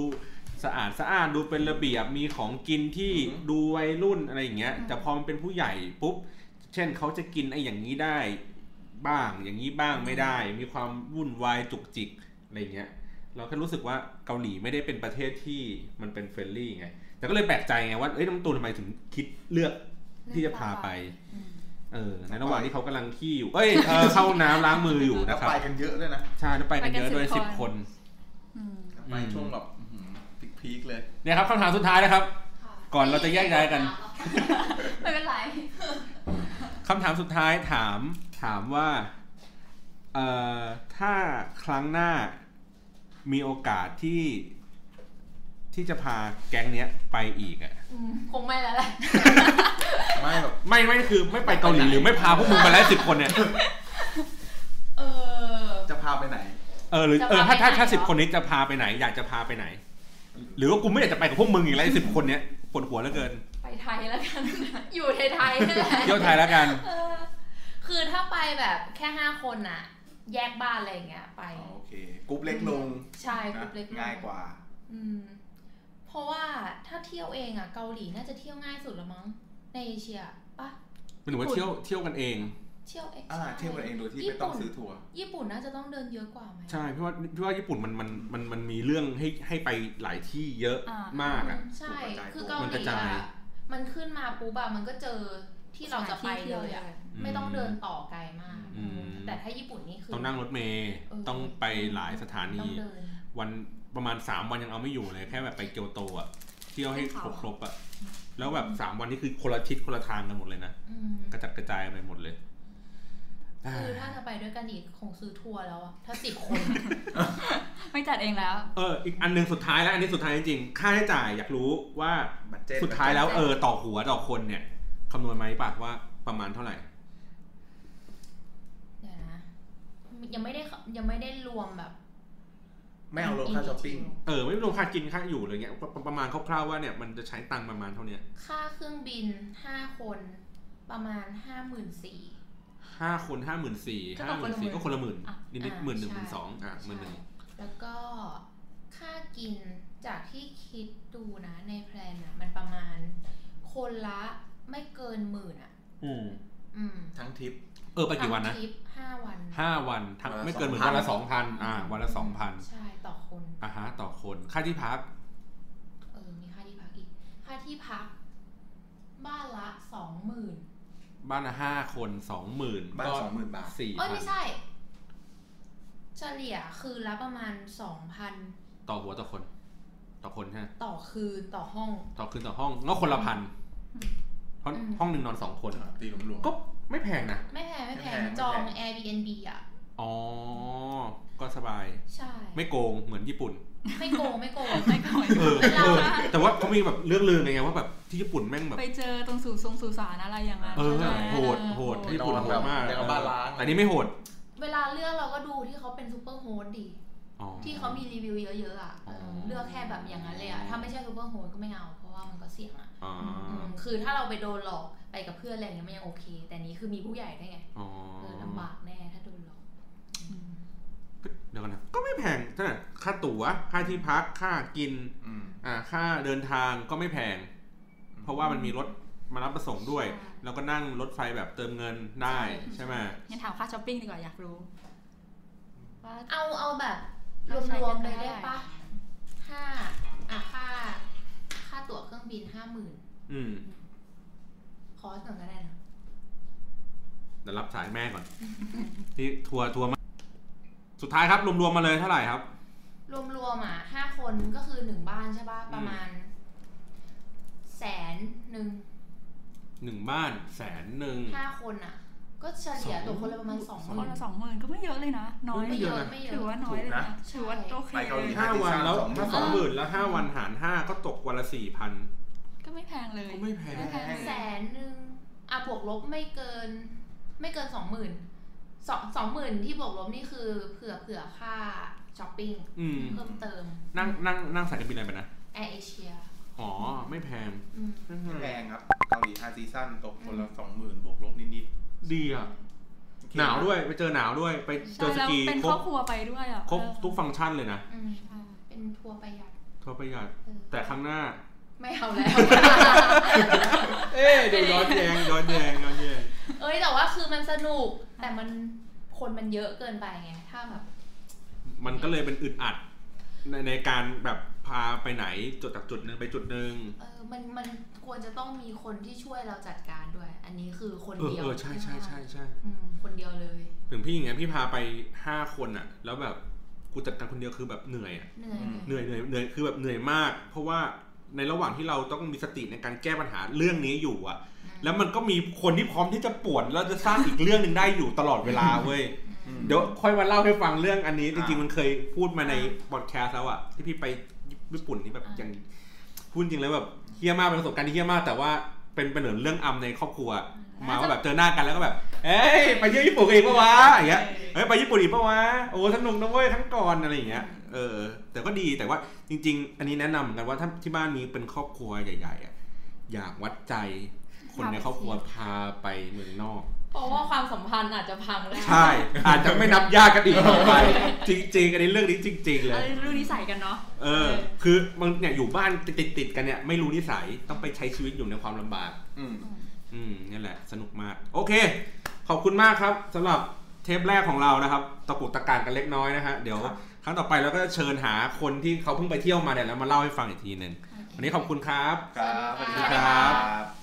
A: สะอาดสะอาดดูเป็นระเบียบมีของกินที่
C: อือฮึ
A: ดูวัยรุ่นอะไรอย่างเงี้ย
B: อืม
A: แต่พอมันเป็นผู้ใหญ่ปุ๊บ เช่นเขาจะกินไอ้อย่างนี้ได้บ้างอย่างนี้บ้างไม่ได้ มีความวุ่นวายจุกจิกอะไรอย่างเงี้ยเราแค่รู้สึกว่าเกาหลีไม่ได้เป็นประเทศที่มันเป็นเฟรนลี่ไงแต่ก็เลยแปลกใจไงว่าเอ้ยน้องตูนทำไมถึงคิดเลือกที่จะพาไป
D: อืม
A: เออในระหว่างที่เขากำลังขี้อยู่ เอ้ยเออเข้าน้ำล้างมืออยู่
C: แล้
A: นะ
C: ว
A: ครับ
C: ไปกันเยอะด้วยนะ
A: ใช่แล้วไปกันเยอะ
B: ไปกัน
A: โดวย
B: สิ
A: สิบบ ค
B: คน น อืม
C: ไปช่วงแบบอื้อหือพีคๆเลย
A: เนี่ยครับคำถามสุดท้ายนะครับ
D: ค่ะ
A: ก่อนเราจะแยกย้ายกัน
D: ไม่เป็นไร
A: คำถามสุดท้ายถามถามว่า เอ่อ ถ้าครั้งหน้ามีโอกาสที่ ที่จะพาแก๊งเนี้ยไปอีกอ่ะ
D: อืมคงไม่แล้วแหละ
C: ไม่แบบ
A: ไม่ไม่คือไม่ไปเกาหลีหรือไม่พาพวกมึงไปแล้วสิบคนเนี่ย
D: เออ
C: จะพาไปไหน
A: เออหรือ
D: จะพา
A: เออถ้าถ้า
D: ไปไหน
A: ถ้า
D: เหรอ
A: สิบคนนี้จะพาไปไหน อยากจะพาไปไหน หรือว่ากูไม่อยากจะไปกับพวกมึงอีกแล้วสิบคนเนี้ยปวดหัวเหลือเกิน
D: ไปไทยแล้วกัน อยู่ไทยๆนั่นแหละ
A: เที่ยวไทยแล้วกัน
D: เออคือถ้าไปแบบแค่ห้าคนอะแยกบ้านอะไรอย่างเงี้ย ไป
C: อ๋อโอเคกรุ๊ปเล็กลง
D: ใช่ก
C: นะ
D: รุ๊ปเล็กๆ
C: ง่ายกว่า
D: อืม เพราะว่าถ้าเที่ยวเองอะเกาหลีน่าจะเที่ยวง่ายสุดละมั้งในเอเชียปะ
A: มันถือว่าเที่ยวเที่ยวกันเอง
D: เที่ยวเอง
C: อ่า เที่ยวกันเองโดยที่ไม่ต้องซื้อทัวร์
D: ญี่ปุ่นน่าจะต้องเดินเยอะกว่าไหม
A: ใช่พี่ว่าพี่ว่าญี่ปุ่นมันมันมันมันมีเรื่องให้ให้ไปหลายที่เยอะ
B: อ่าม
A: มากอ่ะ
D: ใช่
C: ถู
D: คือก
C: กระจายตัว
D: เกาห
A: มันก
D: ลี
A: ระจาย
D: อะมันขึ้นมาปุ๊บอะมันก็เจอที่เราจะไปเลยอะ
A: อืม
D: ไม่ต้องเดินต่อไกลมาก
A: อืม
D: แต่ถ้าญี่ปุ่นนี่คือ
A: ต้องนั่งรถเมล์
D: เออ
A: ต้องไปหลายสถา
D: ต้
A: นี
D: องเดิน
A: วันประมาณ 3 วันยังเอาไม่อยู่เลย แค่แบบไปเกียวโตอ่ะเที่ยวให้ครบครบๆอ่ะแล้วแบบ 3 วันนี่คือคนละทิศคนละทางกันหมดเลยนะ
D: อืม
A: กระจัดกระจายไปหมดเลยอ่า
D: คือถ้าจะไปด้วยกันอีกคงซื้อทัวร์แล้วอะถ้าสิบคน อะ
B: ไม่จัดเองแล้ว
A: เอออีกอันหนึ่งสุดท้ายแล้วอันนี้สุดท้ายจริงๆค่าใช้จ่ายอยากรู้ว่า
C: บัตเจ็ต
A: สุดท้ายแล้วเออต่อหัวต่อคนเนี่ยคำนวณไหมปะว่าประมาณเท่าไหร่
D: เดี๋ยวนะยังไม่ได้เข้ายังไม่ได้รวมแบบ
C: ไม่เอาลงค่าช้อปปิ้ง
A: เออไม่รวมค่ากินค่าอยู่อะไรเงี้ยประประมาณคร่าวๆว่าเนี่ยมันจะใช้ตังค์ประมาณเท่าเนี้ย
D: ค่าเครื่องบินห้าคนประมาณห้าหมื่นสี่
A: ห้าคนห้าหมื่นสี่
B: ก็
A: ห้าห
B: ตกค
A: มื่น
B: นละหมื่
A: สี่
B: น
A: ก็คนละหมื่น
D: อ่ะ
A: นิดๆ
D: อ่ะ
A: หมื่นหนึ่งห
D: ใช่
A: มื่นสองอ่ะหมื่นหนึ่ง
D: แล้วก็ค่ากินจากที่คิดดูนะในแพลนอะมันประมาณ คนละไม่เกินหมื่นอะ
A: อืม
D: อืม
C: ทั้งทริป
A: เออไปกี่วันนะ
D: ทำทริปห้าวัน
A: ห้าวันทั้ง
C: วันละ
A: ไม่เกินหมื่น
C: 2,000
A: วันละสองพันอ่าวันละสองพัน
D: ใช่ต่อคน
A: อ่ะฮะต่อคนค่าที่พัก
D: เออ มีค่าที่พักอีก ค่าที่พัก บ้านละสองหมื่น
A: บ้านละห้าคนสองหมื่น
C: บ้านสองหมื่นบาท
A: สี่
D: เอ้ย
A: พัน
D: ไม่ใช่ เฉลี่ยคือละประมาณสองพัน
A: ต่อหัวต่อคน ต่อคนฮะ
D: ต่อคืนต่อห้อง
A: ต่อคืนต่อห้องก็คนละพันเพราะ
D: อืม
A: ห้องหนึ่งนอนสองคน
C: ตีหลวมๆ
A: ก็ไม่แพงนะ
D: ไม่แพงไม่แพง
C: ไม่แพง
D: จอง
C: ไม่แพง
D: Airbnb อ่ะ
A: อ๋อก็สบาย
D: ใช่
A: ไม่โกงเหมือนญี่ปุ่น
D: ไม่โกงไม่โกง
B: ไม่ก่อน
A: เออเออแต่ว่าเขามีแบบเรื่องลือไงว่าแบบที่ญี่ปุ่นแม่งแบบ
B: ไปเจอตรงสู่ทรงสู่สารอะไรอย่างนั้น
A: เออ
B: ใช่ไม
A: โหดโหด
B: เออ
A: ที่ญี่ปุ่นโหดมาก
C: เดี๋ยวเอาบ้านล้าง
A: แต่นี่ไม่โหด
D: เวลาเลือกเราก็ดูที่เขาเป็นซูเปอร์โฮสต์ดี
A: อ๋อ
D: ที่เขามีรีวิวเยอะๆอ่ะเอออ
A: อ
D: เลือกแค่แบบอย่างนั้นเลยอ่ะ ถ้าไม่ใช่ซูเปอร์โฮสก็ไม่เอา เพราะว่ามันก็เสี่ยงอ่ะ
A: อ๋อ
D: อืมคือถ้าเราไปโดนหลอกไปกับเพื่อนอะไรอย่างเงี้ยมันยังโอเค แต่นี้คือมีผู้ใหญ่ได้วยไง
A: อ๋อ
D: เออลำบากแน่ถ้าโดนหลอก
A: เดี๋ยวกันนะ ก็ไม่แพงเท่าไหร่ค่าตั๋ว ค่าที่พัก ค่ากิน
C: อืม
A: อ่า ค่าเดินทางก็ไม่แพง เพราะว่ามันมีรถมารับประสงค์ด้วย
D: ใช่
A: แล้วก็นั่งรถไฟแบบเติมเงินได้ใช่ไหม
B: งั้นถามค่าช้อปปิ้งดีกว่าอยากรู้ว่า
D: เอาเอาแบบ
B: เราใช้
D: รว
B: กั
D: ม
B: น
D: ๆ
B: เท่าไหร่
D: เลยได้ปะห้าอ่ะค่า ค่าตั๋วเครื่องบินห้าหมื่น
A: อืม
D: คอสหนึ่งก็ได้นะ
A: เดี๋ยวรับสายแม่ก่อน ที่ทัวร์ทัวร์มา สุดท้ายครับรวมๆมาเลยเท่าไหร่ครับ
D: รวมๆอ่ะห้าคนก็คือหนึ่งบ้านใช่ปะ
A: อืม
D: ประมาณ แสนหนึ่ง
A: หนึ่งบ้านแสนหนึ่ง
D: ห้าคนอ่ะ ก็เฉลี่ยตกคนละประมาณสองห
B: ค
D: มื่
B: น
D: น
B: ละสองหมื่นก็ไม่เยอะเลยนะ น้อย
A: ไม่เยอะนะ
D: ไม่เยอะ
B: ถือว่าน้อยเลยนะ
D: ถู
B: ถือก ว่า
D: นะ
B: โอเค
C: ไปเกาหลี
B: เลย
A: ห้าวันแล้ว
C: สองหมื่น
A: สองหมื่นแล้วห้าวันหารห้าก็ตกวันละสี่พัน
B: ก็ไม่แพงเลย
A: ก็ไม่แพง
B: ไม่แพง
D: แสนหนึ่งอ่ะบวกลบไม่เกิน ไม่เกินสองหมื่นสองสองหมื่นที่บวกลบนี่คือเผื่อเผื่อค่าช้อปปิ้ง
A: อืม
D: เพิ่มเติม
A: นั่งนั่งนั่งสายการบินอะไรไปนะ
D: แอร์เอเชีย
A: อ๋อ ไม่แพง
C: แพงครับ เกาหลีฮาซีซั่นตกคนละสองหมื่นบวกลบนิด
A: ดีอ่ะ
C: ๆ
A: หนาวด้วย ไปเจอหนาวด้วย ไปเจอส
B: ใช่แล้ว
A: กี
B: เป็น
A: ค
B: ค
A: ร
B: รอ
A: บบ
B: ครัวไปด้วยอ่ะ
A: ครบ
B: เออ
A: ทุกฟังก์ชันเลยนะ
D: อืม
B: ใช่
D: เป็นทัวร์ประหยัด
A: เขาประหยัด
D: เออ
A: แต่ครั้งหน้า
D: ไม่เอาแล้ว
A: เอ๊ะเดี๋ยวย้อนแยงย้อนแยงย้อนแยง
D: เอ้ยแต่ว่าคือมันสนุก แต่มันคนมันเยอะเกินไปไง ถ้าแบบ
A: มันก็เลยเป็นอึดอัด ในในการแบบพาไปไหนจุดจากจุดหนึ่งไปจุดหนึ่ง
D: เออมันมันควรจะต้องมีคนที่ช่วยเราจัดการด้วย อันนี้คือคน
A: เออ
D: เดียว
A: เออใช่ใช่ใช่ใช่
D: อืมคนเดียวเลย
A: ถึงพี่อย่างเงี้ยพี่พาไปห้าคนอะแล้วแบบกูจัดการคนเดียวคือแบบเหนื่อยอะ
D: เหนื่อย
A: เหนื่อยเหนื่อยเหนื่อยคือแบบเหนื่อยมาก เพราะว่าในระหว่างที่เราต้องมีสติในการแก้ปัญหาเรื่องนี้อยู่อะแล้วมันก็มีคนที่พร้อมที่จะปวดแล้วจะสร้างอีกเรื่องหนึ่งได้อยู่ตลอดเวลาเว้ย
C: อืม
A: เดี๋ยวค่อยมาเล่าให้ฟังเรื่องอันนี้ จ
C: อ่า
A: ริงๆมันเคยพูดมาในบอดแคสต์แล้วอะที่พี่ไปญี่ปุ่นนี่แบบอย่างพูดจริงแล้วแบบเฮี้ยมากเป็นประสบการณ์ที่เฮี้ยมาก แต่ว่าเป็นเป็นเหมือนเรื่องอํในครอบครัว มาว่าแบบเจอหน้ากันแล้วก็แบบ เอ้ยไปเที่ยวญี่ปุ่นกันอีกปะวะอย่างเงี้ย เฮ้ยไปญี่ปุ่นอีกปะวะโอ้สนุกนะเว้ยทั้งก่อนอะไรอย่างเงี้ยเออแต่ก็ดีแต่ว่าจริง ๆ อันนี้แนะนำเหมือนกันว่าถ้าที่บ้านมีเป็นครอบครัวใหญ่ๆอ่ะอยากวัดใจ คนในครอบครัวพาไปเมืองนอก
D: เพราะว่าความสัมพันธ์อาจจะพังได้
A: ใช่ อาจจะไม่นับญาติกันอีกต่อไปจริง ๆ อันนี้เรื่องนี้จริง ๆ เล
B: เอา
A: ย
B: เรื่องนิสัยกันเนาะ
A: เออ คือมันเนี่ยอยู่บ้านติดๆกันเนี่ยไม่รู้นิสัยต้องไปใช้ชีวิตอยู่ในความลำบาก
C: อืม
A: อืมนี่นแหละสนุกมาก โอเค ขอบคุณมากครับสำหรับเทปแรกของเรานะครับตะกุกตะการกันเล็กน้อยนะฮะเดี๋ยวครั้งต่อไปเราก็จะเชิญหาคนที่เขาเพิ่งไปเที่ยวมาเนี่ยแล้วมาเล่าให้ฟังอีกทีหนึ่งวันนี้ขอบคุณครับ
C: ครับสวัสดี
A: ค
C: ค
A: รั
C: รับ บ
D: บ